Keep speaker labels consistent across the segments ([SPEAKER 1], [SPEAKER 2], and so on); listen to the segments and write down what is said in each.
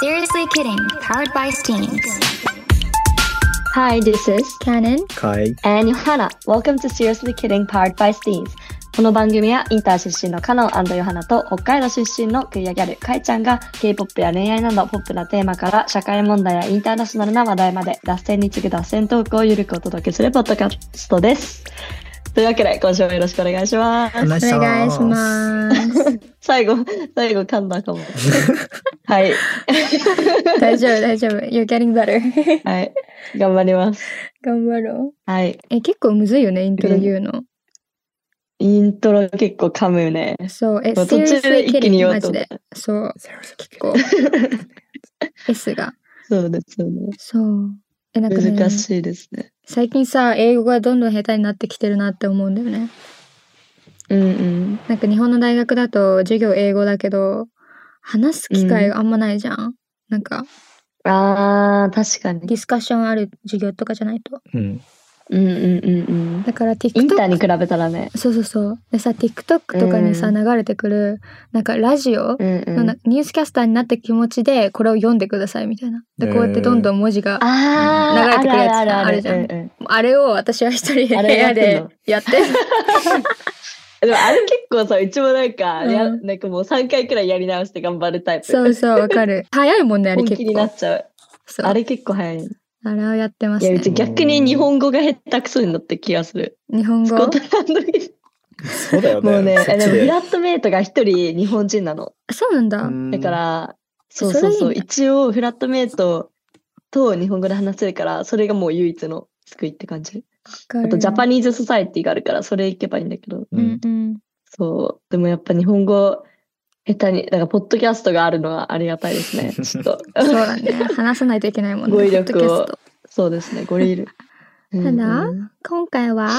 [SPEAKER 1] Seriously Kidding, powered by Steams.
[SPEAKER 2] Hi, this is Canon
[SPEAKER 3] はい
[SPEAKER 2] and Yohana. Welcome to Seriously Kidding Powered by Steens. この番組はインター出身のカノンヨハナと北海道出身のクイアギャルカイちゃんが K-POP や恋愛などポップなテーマから社会問題やインターナショナルな話題まで脱線に次ぐ脱線トークをゆるくお届けするポッドキャストです。というわけで今週もよろしくお願い します。
[SPEAKER 3] お
[SPEAKER 1] お願いします。
[SPEAKER 2] 最後、最後噛んだかも。はい。
[SPEAKER 1] 大丈夫、大丈夫。You're getting better.
[SPEAKER 2] はい。頑張ります。
[SPEAKER 1] 頑張ろう。
[SPEAKER 2] はい。
[SPEAKER 1] え、結構むずいよね、イントロ言うの。
[SPEAKER 2] イントロ結構噛むよね。
[SPEAKER 1] そう、え、
[SPEAKER 2] まあ途中
[SPEAKER 1] Seriously
[SPEAKER 2] で一気に
[SPEAKER 1] Kidding,
[SPEAKER 2] 言お
[SPEAKER 1] マ
[SPEAKER 2] うと
[SPEAKER 1] ジ
[SPEAKER 2] 思っ
[SPEAKER 1] で
[SPEAKER 2] た。
[SPEAKER 1] そう、結構 S が。
[SPEAKER 2] そうですよね。
[SPEAKER 1] そう。え、なんか、ね、
[SPEAKER 2] 難しいですね。
[SPEAKER 1] 最近さ、英語がどんどん下手になってきてるなって思うんだよね。
[SPEAKER 2] うんうん。
[SPEAKER 1] なんか日本の大学だと授業英語だけど、話す機会があんまないじゃん。なんか、
[SPEAKER 2] ああ、確かに。
[SPEAKER 1] ディスカッションある授業とかじゃないと。
[SPEAKER 3] うん
[SPEAKER 2] うんうんうんうん。
[SPEAKER 1] だから
[SPEAKER 2] インター
[SPEAKER 1] TikTok。
[SPEAKER 2] に比べたらね。
[SPEAKER 1] そうそうそう。でさ、TikTok とかにさ、
[SPEAKER 2] うん
[SPEAKER 1] 流れてくる、なんかラジオ
[SPEAKER 2] うんう
[SPEAKER 1] の
[SPEAKER 2] ん。
[SPEAKER 1] な
[SPEAKER 2] あ
[SPEAKER 1] ニュースキャスターになった気持ちで、これを読んでくださいみたいな。で、こうやってどんどん文字が、あ
[SPEAKER 2] あー、
[SPEAKER 1] 流れてくるやつ
[SPEAKER 2] あるあるあ
[SPEAKER 1] あ
[SPEAKER 2] る
[SPEAKER 1] るじゃん
[SPEAKER 2] うんうん
[SPEAKER 1] れを私は一人
[SPEAKER 2] あ
[SPEAKER 1] 部
[SPEAKER 2] れや
[SPEAKER 1] 屋
[SPEAKER 2] ってんの
[SPEAKER 1] でやって。
[SPEAKER 2] でもあれ結構さ、うちもなんか、
[SPEAKER 1] うん
[SPEAKER 2] やなんかもう3回くらいやり直して頑張るタイプ。
[SPEAKER 1] そうそう、わかる。早いもんね、あれ
[SPEAKER 2] 本
[SPEAKER 1] 結
[SPEAKER 2] 気にな
[SPEAKER 1] 構。
[SPEAKER 2] っちゃう。
[SPEAKER 1] そう
[SPEAKER 2] あれ結構早い。い
[SPEAKER 1] あれをやってます
[SPEAKER 2] や、
[SPEAKER 1] ね
[SPEAKER 2] う。ち逆に日本語が下手くそになって気がする。
[SPEAKER 1] 日本
[SPEAKER 2] ス
[SPEAKER 1] 語
[SPEAKER 2] コットランドに。
[SPEAKER 3] そうだよね
[SPEAKER 2] もうね、
[SPEAKER 3] そ
[SPEAKER 2] え
[SPEAKER 3] っ
[SPEAKER 2] で
[SPEAKER 3] ち
[SPEAKER 2] もフ
[SPEAKER 3] で
[SPEAKER 2] ラットメイトが一人日本人なの。
[SPEAKER 1] そうなんだ。
[SPEAKER 2] だから、そう
[SPEAKER 1] そ
[SPEAKER 2] そ
[SPEAKER 1] れ
[SPEAKER 2] う
[SPEAKER 1] いい
[SPEAKER 2] そう。
[SPEAKER 1] ね
[SPEAKER 2] 一応、フラットメイトと日本語で話せるから、それがもう唯一の救いって感じ。あと、ジャパ
[SPEAKER 1] ニ
[SPEAKER 2] ニーズソサイティがあるから、それ行けばいいんだけど。
[SPEAKER 3] うん
[SPEAKER 1] うんうん。
[SPEAKER 2] そう。でもやっぱ日本語、下手に、だから、ポッドキャストがあるのはありがたいですね。ちょっと。
[SPEAKER 1] そうだね。話さないといけないもんね。
[SPEAKER 2] 語彙力を
[SPEAKER 1] ポッドキャスト
[SPEAKER 2] そうですね、ゴリル。
[SPEAKER 1] ただ
[SPEAKER 2] うん
[SPEAKER 1] 今回は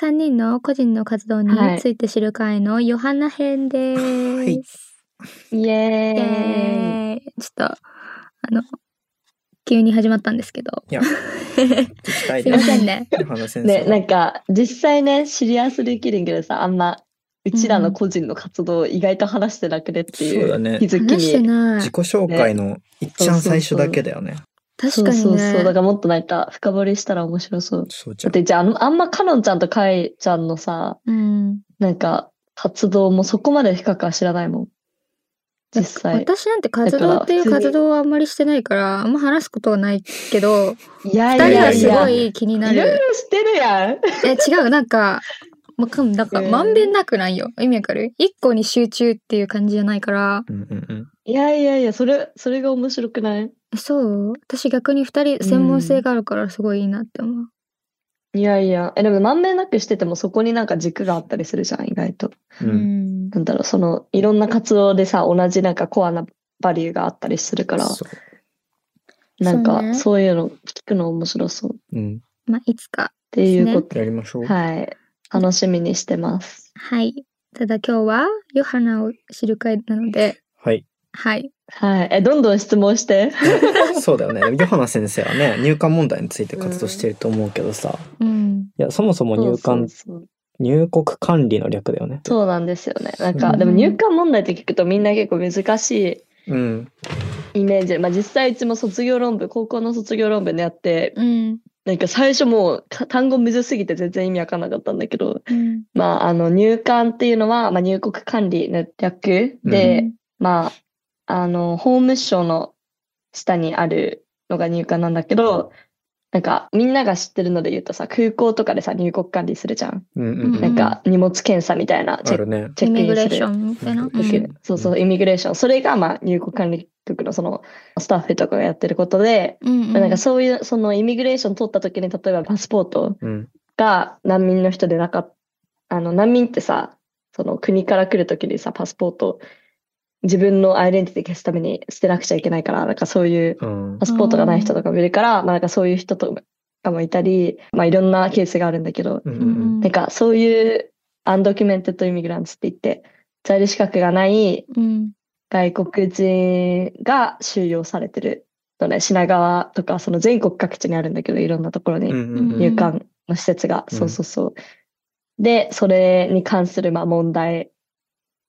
[SPEAKER 1] 3人の個人の活動に
[SPEAKER 2] はい
[SPEAKER 1] ついて知る会のヨハナ編です。
[SPEAKER 3] い
[SPEAKER 2] うん
[SPEAKER 1] イ
[SPEAKER 2] イエ
[SPEAKER 1] エ
[SPEAKER 2] ー
[SPEAKER 1] ー
[SPEAKER 2] イ。
[SPEAKER 1] イちょっと、あの、急に始まったんですけど、
[SPEAKER 3] いや聞きたい
[SPEAKER 1] すいま
[SPEAKER 3] ね
[SPEAKER 1] せん ね。
[SPEAKER 3] ヨハナ先
[SPEAKER 2] ね、
[SPEAKER 3] 生
[SPEAKER 2] なんか、実際ね、シリアスできるけどさ、あんま、うちらの個人の活動、意外と話してなくねってい
[SPEAKER 3] そうだ
[SPEAKER 2] う
[SPEAKER 3] ね
[SPEAKER 2] 気づき
[SPEAKER 1] 話して
[SPEAKER 2] に。
[SPEAKER 1] な
[SPEAKER 3] 自
[SPEAKER 1] い
[SPEAKER 3] 己。紹介の一番最初だけだよね
[SPEAKER 1] 確かにね。
[SPEAKER 2] そうそうそう。だからもっとなんか、深掘りしたら面白そう。
[SPEAKER 3] そうじ
[SPEAKER 2] だ
[SPEAKER 3] ゃ
[SPEAKER 2] っ
[SPEAKER 3] ん
[SPEAKER 2] て、じゃああの、あんまカノンちゃんとカイちゃんのさ、
[SPEAKER 1] うん、
[SPEAKER 2] なんか、活動もそこまで深くは知らないもん。実際。
[SPEAKER 1] 私なんて活動ってい
[SPEAKER 2] だ
[SPEAKER 1] う
[SPEAKER 2] から普通に
[SPEAKER 1] 活動はあんまりしてないからあんま話すことはないけど
[SPEAKER 2] いや
[SPEAKER 1] 二人
[SPEAKER 3] いや
[SPEAKER 1] はいす
[SPEAKER 3] や
[SPEAKER 1] ごい気にない
[SPEAKER 2] ろい
[SPEAKER 1] る
[SPEAKER 2] ろしてるやん。
[SPEAKER 1] え違うなんかまあかんなんか
[SPEAKER 2] うん
[SPEAKER 1] まんべんなくないよ意味わかる一個に集中っていう感じじゃないから
[SPEAKER 3] うんうんうん
[SPEAKER 2] いやいやいや、それ、それが面白くない
[SPEAKER 1] そう私逆に二人専門性があるからすごいいいなって思う、
[SPEAKER 2] いやいや、え、でもまんべんなくしててもそこになんか軸があったりするじゃん、意外と。
[SPEAKER 3] うん
[SPEAKER 1] うん
[SPEAKER 2] なんだろう、その、いろんな活動でさ、同じなんかコアなバリューがあったりするから、
[SPEAKER 3] そう
[SPEAKER 2] なん
[SPEAKER 1] そうね
[SPEAKER 2] かそういうの聞くの面白そうっ
[SPEAKER 3] うん
[SPEAKER 1] まあ、いつか。
[SPEAKER 2] ていうこと、
[SPEAKER 3] やりましょう
[SPEAKER 2] はい、楽しみにしてます。
[SPEAKER 1] はい。ただ今日は、ヨハナを知る会なので、
[SPEAKER 3] はい
[SPEAKER 1] はい。
[SPEAKER 2] はい。え、どんどん質問して。
[SPEAKER 3] そうだよね ヨハナ先生はね入管問題について活動してると思うけどさ
[SPEAKER 1] うん。
[SPEAKER 3] いやそもそも入
[SPEAKER 2] そう
[SPEAKER 3] 管
[SPEAKER 2] そうそう
[SPEAKER 3] 入国管理の略だよね
[SPEAKER 2] そうなんですよね。なん
[SPEAKER 3] う
[SPEAKER 2] か、
[SPEAKER 1] ん
[SPEAKER 2] でも入管問題って聞くとみんな結構難し
[SPEAKER 3] うん
[SPEAKER 2] いイメージで、まあ実際うちも卒業論文、高校の卒業論文でやって、
[SPEAKER 1] うん。
[SPEAKER 2] なんか最初もうか単語むずすぎて全然意味わかんなかったんだけど、
[SPEAKER 1] うん。
[SPEAKER 2] まああの入管っていうのは、まあ、入国管理の略で、
[SPEAKER 1] うん
[SPEAKER 2] まああの法務省の下にあるのが入管なんだけど、なんかみんなが知ってるので言うとさ、空港とかでさ入国管理するじゃん。
[SPEAKER 3] うんうんうん
[SPEAKER 2] なんか荷物検査みたいなチ
[SPEAKER 3] あ
[SPEAKER 2] ェッ
[SPEAKER 3] るね
[SPEAKER 2] チェ
[SPEAKER 1] イ
[SPEAKER 2] ックイ
[SPEAKER 1] ミ
[SPEAKER 2] ン
[SPEAKER 1] グレー
[SPEAKER 2] す
[SPEAKER 1] ショ
[SPEAKER 2] る。
[SPEAKER 1] ンみたいな。
[SPEAKER 3] イミグレーション
[SPEAKER 1] うん
[SPEAKER 2] そうそう、イミグレーション。それが、まあ、入国管理局のその、スタッフとかがやってることで、
[SPEAKER 1] うんうん。
[SPEAKER 2] まあなんかそういう、その、イミグレーション取った時に、例えばパスポート
[SPEAKER 3] うん
[SPEAKER 2] が難民の人でなかっあの難民ってさその国から来るときにさパスポート自分のアイデンティティ消すために捨てなくちゃいけないからなんかそういう
[SPEAKER 3] うん
[SPEAKER 2] パスポートがない人とかもいるから、まあ、なんかそういう人とかもいたり、まあ、いろんなケースがあるんだけど、
[SPEAKER 3] うんう
[SPEAKER 1] うんん。
[SPEAKER 2] なんかそういうアンドキュメンテッド・イミグランツって言って在留資格がない
[SPEAKER 1] うん。
[SPEAKER 2] 外国人が収容されてるのね品川とかその全国各地にあるんだけどいろんなところに。
[SPEAKER 3] うんうんうん
[SPEAKER 2] 入管の施設が、
[SPEAKER 3] うん
[SPEAKER 2] そうそうそう。で、それに関するまあ問題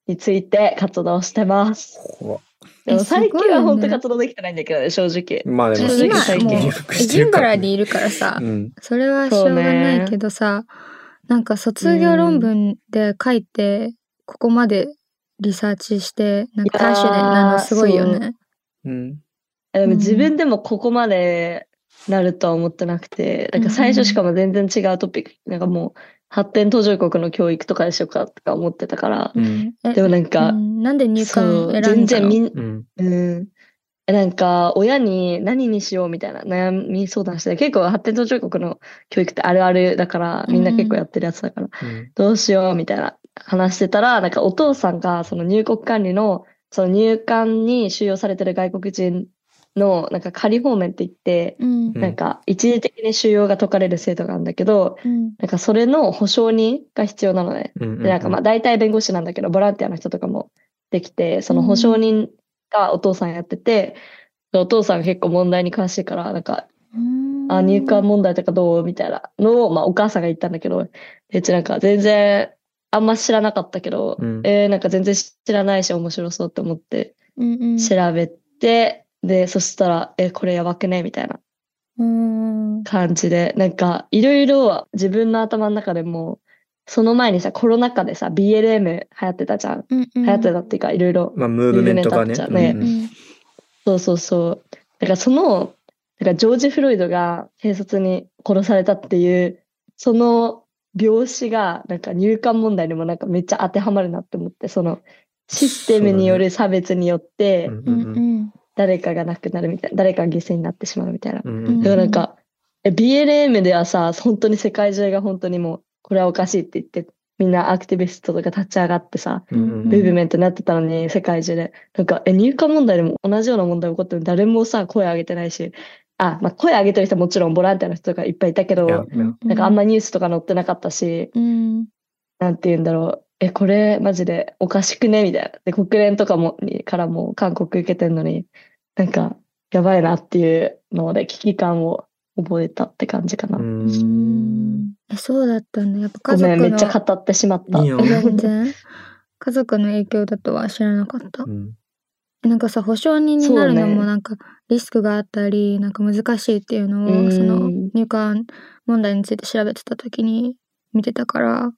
[SPEAKER 2] について活動してます。
[SPEAKER 3] 怖っ
[SPEAKER 2] でも
[SPEAKER 1] えすごい
[SPEAKER 2] 最
[SPEAKER 1] よね
[SPEAKER 2] 近は本当活動できてないんだけどね、正直。
[SPEAKER 3] まあで
[SPEAKER 2] 正
[SPEAKER 3] も
[SPEAKER 2] 直
[SPEAKER 1] 今
[SPEAKER 2] 最近
[SPEAKER 1] もう
[SPEAKER 3] 入学して
[SPEAKER 1] エ
[SPEAKER 3] る
[SPEAKER 1] ン
[SPEAKER 3] か
[SPEAKER 1] バ
[SPEAKER 3] ら
[SPEAKER 1] ラにいるからさ
[SPEAKER 3] うん
[SPEAKER 1] それはしょうがないけどさ、なんか卒業論文で書いて、ここまでリサーチしてなんか
[SPEAKER 2] いやー
[SPEAKER 1] 大衆でなのすごいよね。
[SPEAKER 3] うん
[SPEAKER 2] えでも
[SPEAKER 1] うん
[SPEAKER 2] 自分でもここまでなるとは思ってなくて、なんか最初しかも全然違うトピック、なんかもう発展途上国の教育とかにしようかとか思ってたから、
[SPEAKER 3] うん
[SPEAKER 1] え
[SPEAKER 2] でもなん
[SPEAKER 1] う
[SPEAKER 2] か、
[SPEAKER 1] んなんで入
[SPEAKER 2] そ
[SPEAKER 1] 管
[SPEAKER 2] う
[SPEAKER 1] 選んだの
[SPEAKER 2] 全然みん、
[SPEAKER 3] うん
[SPEAKER 2] うん。なんか、親に何にしようみたいな悩み相談して、結構発展途上国の教育ってあるあるだから、みんな結構やってるやつだから、
[SPEAKER 3] うん
[SPEAKER 2] どうしようみたいな話してたら、なんかお父さんがその入国管理の、その入管に収容されてる外国人の、なんか仮放免って言って、
[SPEAKER 1] うん
[SPEAKER 3] うん
[SPEAKER 2] なんか一時的に収容が解かれる制度があるんだけど、
[SPEAKER 1] うん
[SPEAKER 2] なんかそれの保証人が必要なのね。
[SPEAKER 3] うん
[SPEAKER 2] で、なんかまあ大体弁護士なんだけど、ボランティアの人とかもできて、その保証人がお父さんやってて、でお父さんが結構問題に詳しいから、なんか、あ、入管問題とかどうみたいなのを、まあお母さんが言ったんだけど、でうちなんか全然あんま知らなかったけど、
[SPEAKER 3] うん
[SPEAKER 2] えーなんか全然知らないし面白そうって思って
[SPEAKER 1] うんうん
[SPEAKER 2] 調べて、で、そしたら、え、これやばくねみたいな
[SPEAKER 1] うん
[SPEAKER 2] 感じで、なんかいろいろ自分の頭の中でも、その前にさ、コロナ禍でさ、BLM 流行ってたじゃん。
[SPEAKER 1] うんうん
[SPEAKER 2] 流行ってたっていうか、いろいろ。
[SPEAKER 3] まあムーブメントが
[SPEAKER 2] ム
[SPEAKER 3] ね
[SPEAKER 2] ーブメン
[SPEAKER 1] う
[SPEAKER 3] うん
[SPEAKER 1] ん
[SPEAKER 2] そうそうそう。だからその、だからジョージ・フロイドが警察に殺されたっていう、その病死が、なんか入管問題にもなんかめっちゃ当てはまるなって思って、そのシステムによる差別によって、
[SPEAKER 3] うん
[SPEAKER 1] う
[SPEAKER 3] うん
[SPEAKER 1] ん
[SPEAKER 3] うん
[SPEAKER 2] 誰かが亡くなるみたいな、誰かが犠牲になってしまうみたいな。
[SPEAKER 3] うん
[SPEAKER 1] うん
[SPEAKER 2] でもなんか、え BLM ではさ、本当に世界中が本当にもう、これはおかしいって言って、みんなアクティビストとか立ち上がってさ、
[SPEAKER 3] うんうん
[SPEAKER 2] ムーブメントになってたのに、世界中で。なんか、え、入管問題でも同じような問題起こっても誰もさ、声上げてないし、あ、まあ、声上げてる人はもちろんボランティアの人とかいっぱいいたけ
[SPEAKER 3] いや
[SPEAKER 2] ど、
[SPEAKER 3] いや
[SPEAKER 2] なんかあんまニュースとか載ってなかったし、
[SPEAKER 1] うん
[SPEAKER 2] なんて言うんだろう。え、これマジでおかしくねみたいな。で、国連とかも、にからも韓国受けてんのに、なんか、やばいなっていうので、危機感を覚えたって感じかな。
[SPEAKER 3] う
[SPEAKER 1] うんんえそうだったんだやっぱ
[SPEAKER 2] ご
[SPEAKER 1] 家族
[SPEAKER 2] めん、
[SPEAKER 1] の
[SPEAKER 2] めっちゃ語ってしまった。
[SPEAKER 3] いいよ
[SPEAKER 1] 全然 家族の影響だとは知らなかった
[SPEAKER 3] う。ん
[SPEAKER 1] なんかさ保証人になるの
[SPEAKER 2] そう
[SPEAKER 1] も
[SPEAKER 2] ね
[SPEAKER 1] なんかリスクがあったりなんか難しいっていうの
[SPEAKER 2] うん
[SPEAKER 1] をその入管問題について調べてた時に見てたから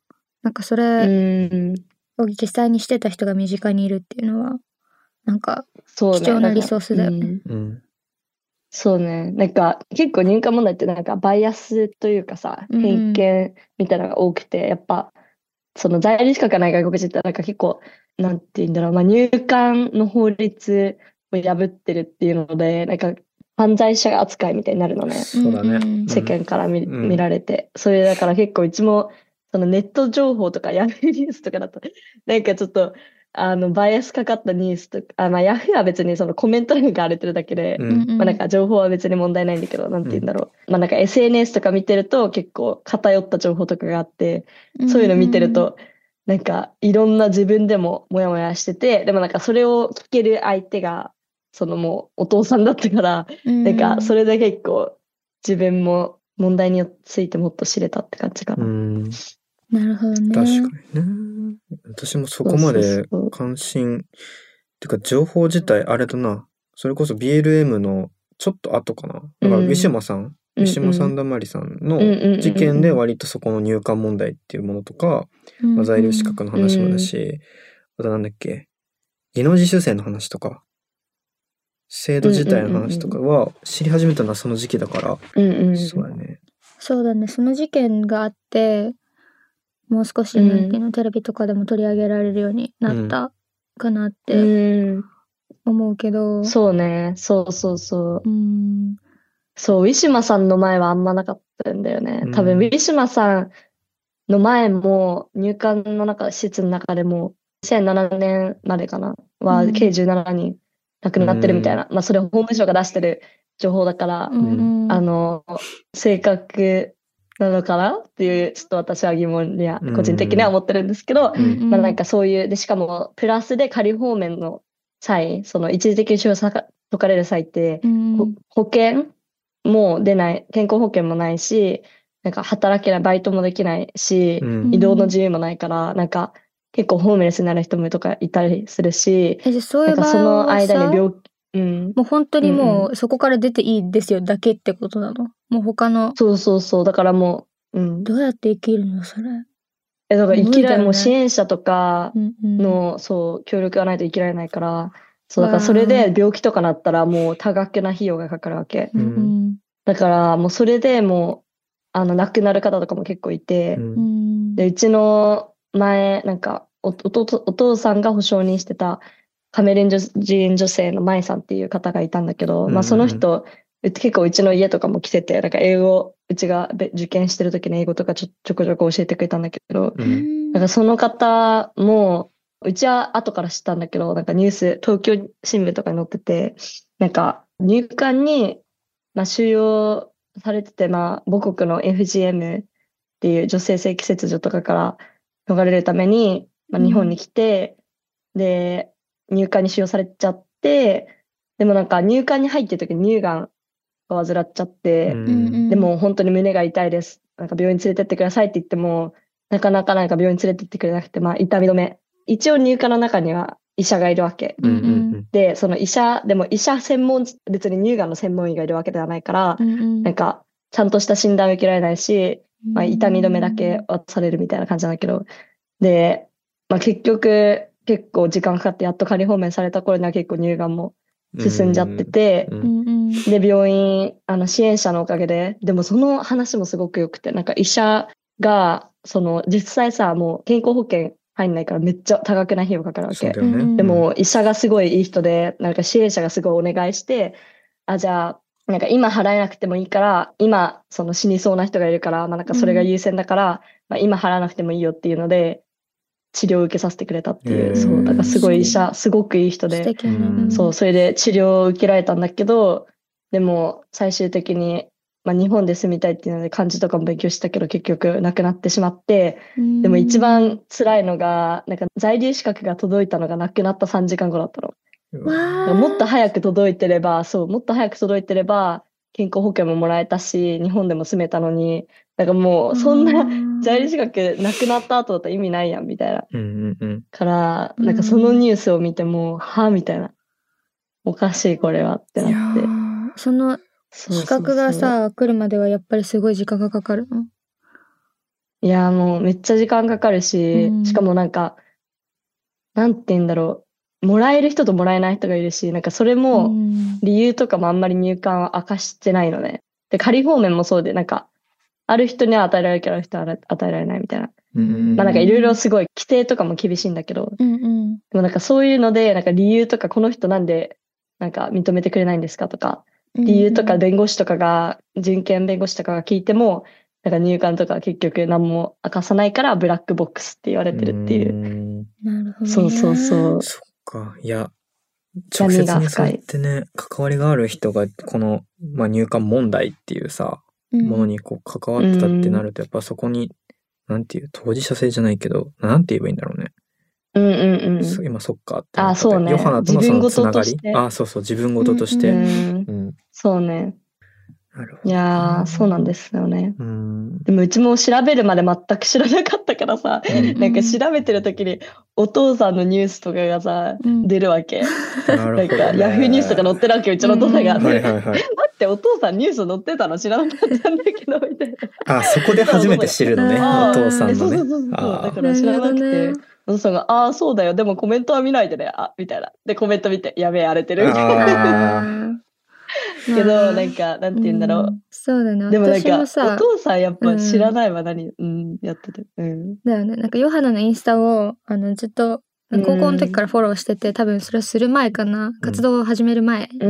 [SPEAKER 1] なんかそうれ
[SPEAKER 2] ん、
[SPEAKER 1] を実際にしてた人が身近にいるっていうのはなんか
[SPEAKER 2] そうね。
[SPEAKER 1] 貴重なリソースだよね
[SPEAKER 2] なんかうん
[SPEAKER 3] うん
[SPEAKER 2] そうね。なんか結構認可問題ってなんかバイアスというかさ、
[SPEAKER 1] うんうん
[SPEAKER 2] 偏見みたいなのが多くて、やっぱその在留資格がない外国人ってなんか結構、なんて言うんだろう、まあ、入管の法律を破ってるっていうので、なんか犯罪者扱いみたいになるのね。
[SPEAKER 3] そうだ
[SPEAKER 1] うんう
[SPEAKER 3] ね
[SPEAKER 1] ん
[SPEAKER 2] 世間から見,、
[SPEAKER 3] うん
[SPEAKER 2] 見られて。それだから結構うちも、そのネット情報とかヤフーニュースとかだと、なんかちょっと、あの、バイアスかかったニュースとか、あ、まあヤフーは別にそのコメント欄が荒れてるだけで、
[SPEAKER 3] う
[SPEAKER 1] うん
[SPEAKER 3] ん
[SPEAKER 2] まあ、なんか情報は別に問題ないんだけど、なんて言うんだろう。まあなんか SNS とか見てると結構偏った情報とかがあって、そういうの見てると、なんかいろんな自分でもモヤモヤしてて、でもなんかそれを聞ける相手が、そのもうお父さんだったから、
[SPEAKER 1] うん
[SPEAKER 2] なんかそ
[SPEAKER 1] れ
[SPEAKER 2] れで結構自分も問題についてもっと知れたって感じか
[SPEAKER 3] う
[SPEAKER 2] な。
[SPEAKER 3] ん
[SPEAKER 1] なるほどね
[SPEAKER 3] 確かにね私もそこま
[SPEAKER 2] そう
[SPEAKER 3] で
[SPEAKER 2] そうそう
[SPEAKER 3] 関心てか情報自体あれだなそれこそ BLM のちょっと後かなだから
[SPEAKER 2] うん
[SPEAKER 3] ウィシュマさんウィシュマさんだまりさんの事件で割とそこの入管問題っていうものとか、
[SPEAKER 1] うん
[SPEAKER 3] まあ、在留資格の話もだし、あとなんだっけ技能実習生の話とか制度自体の話とかは知り始めたのはその時期だから、
[SPEAKER 2] うんうん
[SPEAKER 3] そうだね
[SPEAKER 1] そうだねその事件があってもう少しなんていうの、テレビとかでも取り上げられるようになったかなっ
[SPEAKER 2] う
[SPEAKER 1] て
[SPEAKER 2] ん
[SPEAKER 1] 思うけど、うん、
[SPEAKER 2] そうね。そうそうそう。
[SPEAKER 1] うん
[SPEAKER 2] そう、ウィシュマさんの前はあんまなかったんだよね
[SPEAKER 3] う。ん
[SPEAKER 2] 多分、ウィシュマさんの前も、入管の中、施設の中でも、2007年までかな、は
[SPEAKER 1] うん
[SPEAKER 2] 計17人亡くなってるみたいな。まあ、それ法務省が出してる情報だから、あの、正確なのかなっていう、ちょっと私は疑問には、
[SPEAKER 3] うん
[SPEAKER 2] 個人的には思ってるんですけど、
[SPEAKER 3] うん
[SPEAKER 2] まあなんかそういう、で、しかも、プラスで仮放免の際、その一時的に使用さか解かれる際って、
[SPEAKER 1] うん
[SPEAKER 2] ほ保険も出ない、健康保険もないし、なんか働けない、バイトもできないし
[SPEAKER 3] う、ん
[SPEAKER 1] うん
[SPEAKER 2] 移動の自由もないから、なんか結構ホームレスになる人もとかいたりするし、
[SPEAKER 1] え、じゃあそういう
[SPEAKER 2] な
[SPEAKER 1] ん
[SPEAKER 2] か
[SPEAKER 1] 場合は
[SPEAKER 2] その間に
[SPEAKER 1] さ
[SPEAKER 2] 病気、うん。
[SPEAKER 1] もう本当に
[SPEAKER 2] うん
[SPEAKER 1] もうそこから出ていいですよだけってことなのもう他の
[SPEAKER 2] そうそうそう。だからもう、うん。
[SPEAKER 1] どうやって生きるのそれ、
[SPEAKER 2] え、だから生き
[SPEAKER 1] 無
[SPEAKER 2] られ、
[SPEAKER 1] 理だよね
[SPEAKER 2] もう支援者とか
[SPEAKER 1] うんうん、
[SPEAKER 2] の、そう、協力がないと生きられないから、そう、だか
[SPEAKER 1] わ
[SPEAKER 2] ら
[SPEAKER 1] あ
[SPEAKER 2] それで病気とかなったらもう多額な費用がかかるわけ。
[SPEAKER 1] うんうん
[SPEAKER 2] だからもうそれでもう、あの、亡くなる方とかも結構いて、
[SPEAKER 3] うん
[SPEAKER 1] うん
[SPEAKER 2] で、うちの前、なんかお、お父お父さんが保証人してたカメルーン女性の舞さんっていう方がいたんだけど、
[SPEAKER 3] うんうんう
[SPEAKER 2] ま
[SPEAKER 3] ん
[SPEAKER 2] あその人、う結構うちの家とかも来てて、なんか英語、うちがべ受験してる時の英語とかちょちょこちょこ教えてくれたんだけど、
[SPEAKER 3] う
[SPEAKER 1] うんん
[SPEAKER 2] なんかその方も、うちは後から知ったんだけど、なんかニュース、東京新聞とかに載ってて、なんか入管に、まあ、収容されてて、まあ、母国の FGM っていう女性性器切除とかから逃れるために、まあ、
[SPEAKER 1] うん
[SPEAKER 2] 日本に来て、で、入管に収容されちゃって、でもなんか入管に入ってる時に乳がんを患っちゃって、
[SPEAKER 1] うん
[SPEAKER 2] でも本当に胸が痛いです。なんか病院連れてってくださいって言っても、なかなかなんか病院連れてってくれなくて、まあ痛み止め。一応入管の中には医者がいるわけ。
[SPEAKER 3] うんうんうん
[SPEAKER 2] で、その医者、でも医者専門、別に乳がんの専門医がいるわけではないから、
[SPEAKER 1] うんうん
[SPEAKER 2] なんかちゃんとした診断を受けられないし、まあ痛み止めだけ渡されるみたいな感じなんだけど、で、まあ結局結構時間かかってやっと仮放免された頃には結構乳がんも進んじゃってて、
[SPEAKER 3] うん
[SPEAKER 1] うんうん
[SPEAKER 2] で、病院、あの、支援者のおかげで、でもその話もすごく良くて、なんか医者が、その、実際さ、もう健康保険入んないからめっちゃ多額な費用かかるわ
[SPEAKER 3] そう
[SPEAKER 2] け
[SPEAKER 3] だ。よね、
[SPEAKER 1] うん
[SPEAKER 2] でも、医者がすごいいい人で、なんか支援者がすごいお願いして、あ、じゃあ、なんか今払えなくてもいいから、今、その死にそうな人がいるから、まあなんかそれが優先だから、まあ今払わなくてもいいよっていうので、治療を受けさせてくれたってい
[SPEAKER 3] へー
[SPEAKER 2] う、そう、だからすごい医者、すごくいい人
[SPEAKER 1] 素
[SPEAKER 2] で。
[SPEAKER 1] 敵やな
[SPEAKER 3] うん
[SPEAKER 1] ん
[SPEAKER 2] そう、それで治療を受けられたんだけど、でも最終的に、まあ、日本で住みたいっていうので漢字とかも勉強したけど結局なくなってしまって、でも一番辛いのが、なんか在留資格が届いたのがなくなった3時間後だったの。
[SPEAKER 3] うん
[SPEAKER 2] だ
[SPEAKER 1] わ
[SPEAKER 2] か
[SPEAKER 1] あ
[SPEAKER 2] らもっと早く届いてれば、そう、もっと早く届いてれば健康保険ももらえたし、日本でも住めたのに、だからもうそんな 在留資格なくなった後だったら意味ないやんみたいな。
[SPEAKER 3] うんうんうん
[SPEAKER 2] から、なんかそのニュースを見ても、はぁみたいな。おかしいこれはって
[SPEAKER 1] いや
[SPEAKER 2] なって。
[SPEAKER 1] ーその
[SPEAKER 2] そうそう
[SPEAKER 1] 資
[SPEAKER 2] そう
[SPEAKER 1] 格がさ来るまではやっぱりすごい時間がかかるの
[SPEAKER 2] いやーもうめっちゃ時間かかるし、
[SPEAKER 1] うん
[SPEAKER 2] しかもなんか、なんて言うんだろう。もらえる人ともらえない人がいるし、なんかそれ
[SPEAKER 1] う
[SPEAKER 2] も
[SPEAKER 1] ん
[SPEAKER 2] 理由とかもあんまり入管は明かしてないのね。で、仮放免もそうで、なんか、ある人には与えられるけど、ある人は与えられないみたいな。
[SPEAKER 3] うんうん
[SPEAKER 2] まあなんかいろいろすごい規定とかも厳しいんだけど、
[SPEAKER 1] うんうん
[SPEAKER 2] でもなんかそういうので、なんか理由とかこの人なんで、なんか認めてくれないんですかとか、理由とか弁護士とかが、人権弁護士とかが聞いても、なんか入管とか結局何も明かさないからブラックボックスって言われてるっていう。
[SPEAKER 3] ん
[SPEAKER 1] なるほどね
[SPEAKER 2] そうそうそう。
[SPEAKER 3] そっかいや直接
[SPEAKER 2] 闇が深い
[SPEAKER 3] にそうやってね関わりがある人がこの、まあ、入管問題っていうさ、
[SPEAKER 1] うん
[SPEAKER 3] ものにこう関わってたってなるとやっぱそこになんていう当事者性じゃないけどなんて言えばいいんだろうね、
[SPEAKER 2] うんうんうん。
[SPEAKER 3] そう今そっかって
[SPEAKER 2] あ
[SPEAKER 3] なった
[SPEAKER 2] そうね
[SPEAKER 3] ヨハナとのそのつ
[SPEAKER 2] 自分事
[SPEAKER 3] なが
[SPEAKER 2] とし
[SPEAKER 3] り
[SPEAKER 2] て
[SPEAKER 3] あそうそう自分事として、
[SPEAKER 1] う
[SPEAKER 2] うんん、
[SPEAKER 3] うん
[SPEAKER 2] そうね。
[SPEAKER 3] なるほ
[SPEAKER 2] い
[SPEAKER 3] ど
[SPEAKER 2] やー、そうなんですよね。
[SPEAKER 3] うん
[SPEAKER 2] でもうちも調べるまで全く知らなかったからさ、
[SPEAKER 3] うん
[SPEAKER 2] なんか調べてる時にお父さんのニュースとかがさ、
[SPEAKER 1] うん
[SPEAKER 2] 出るわけ。
[SPEAKER 3] なる
[SPEAKER 2] なん
[SPEAKER 3] ほど
[SPEAKER 2] か
[SPEAKER 3] ね、
[SPEAKER 2] ヤフーニュースとか載ってるわけ、うちのお父さんが。
[SPEAKER 1] うん
[SPEAKER 3] はい
[SPEAKER 2] で
[SPEAKER 3] はいはい
[SPEAKER 2] 待って、お父さんニュース載ってたの知らなかったんだけど、みたい
[SPEAKER 3] あそこで初めて知るのね
[SPEAKER 1] あ
[SPEAKER 3] お
[SPEAKER 1] ー
[SPEAKER 3] 父さ
[SPEAKER 2] な。え
[SPEAKER 3] ん
[SPEAKER 2] そ
[SPEAKER 3] の
[SPEAKER 2] うそう
[SPEAKER 3] ね
[SPEAKER 2] そうそう。
[SPEAKER 3] あー
[SPEAKER 2] だから知らなく
[SPEAKER 1] な
[SPEAKER 2] て
[SPEAKER 1] るほどね、
[SPEAKER 2] お父さんが、ああ、そうだよ。でもコメントは見ないでね、あみたいな。で、コメント見て、やべえ、荒れてるみたいな。
[SPEAKER 3] あ
[SPEAKER 2] け
[SPEAKER 1] まあ
[SPEAKER 2] ど、なんか、なんて言うんだろう。
[SPEAKER 1] んそうだね
[SPEAKER 2] でもなん
[SPEAKER 1] 私
[SPEAKER 2] か、
[SPEAKER 1] も
[SPEAKER 2] お
[SPEAKER 1] さ
[SPEAKER 2] 父さんやっぱ知らないわ、何、うん、やってて。うん。
[SPEAKER 1] だよねなんかヨハナのインスタをあのずっと
[SPEAKER 2] うん
[SPEAKER 1] 高校の時からフォローしてて多分それする前かな活動を始める前、
[SPEAKER 2] う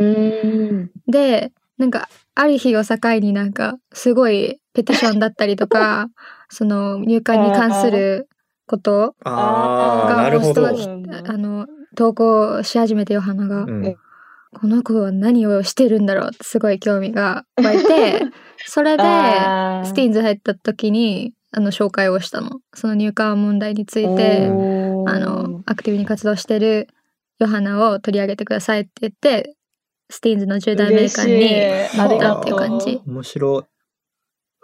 [SPEAKER 2] ん。
[SPEAKER 1] でなんかある日を境になんかすごいペティションだったりと かその入管に関すること
[SPEAKER 3] ーあー
[SPEAKER 1] が
[SPEAKER 3] なるほど
[SPEAKER 1] ポ
[SPEAKER 2] ス
[SPEAKER 1] ス
[SPEAKER 2] トが来た
[SPEAKER 1] あの投稿し始めてヨハナが、
[SPEAKER 3] うん
[SPEAKER 1] この子は何をしてるんだろうってすごい興味が湧い てそれで
[SPEAKER 2] あー
[SPEAKER 1] スティーンズ入った時にあの紹介をしたのその入管問題について
[SPEAKER 2] おー
[SPEAKER 1] あのアクティブに活動してるヨハナを取り上げてくださいって言ってスティーンズの10代メーカー
[SPEAKER 2] 嬉
[SPEAKER 1] に
[SPEAKER 2] しいありが
[SPEAKER 1] っていう感じ
[SPEAKER 2] と
[SPEAKER 3] 面白い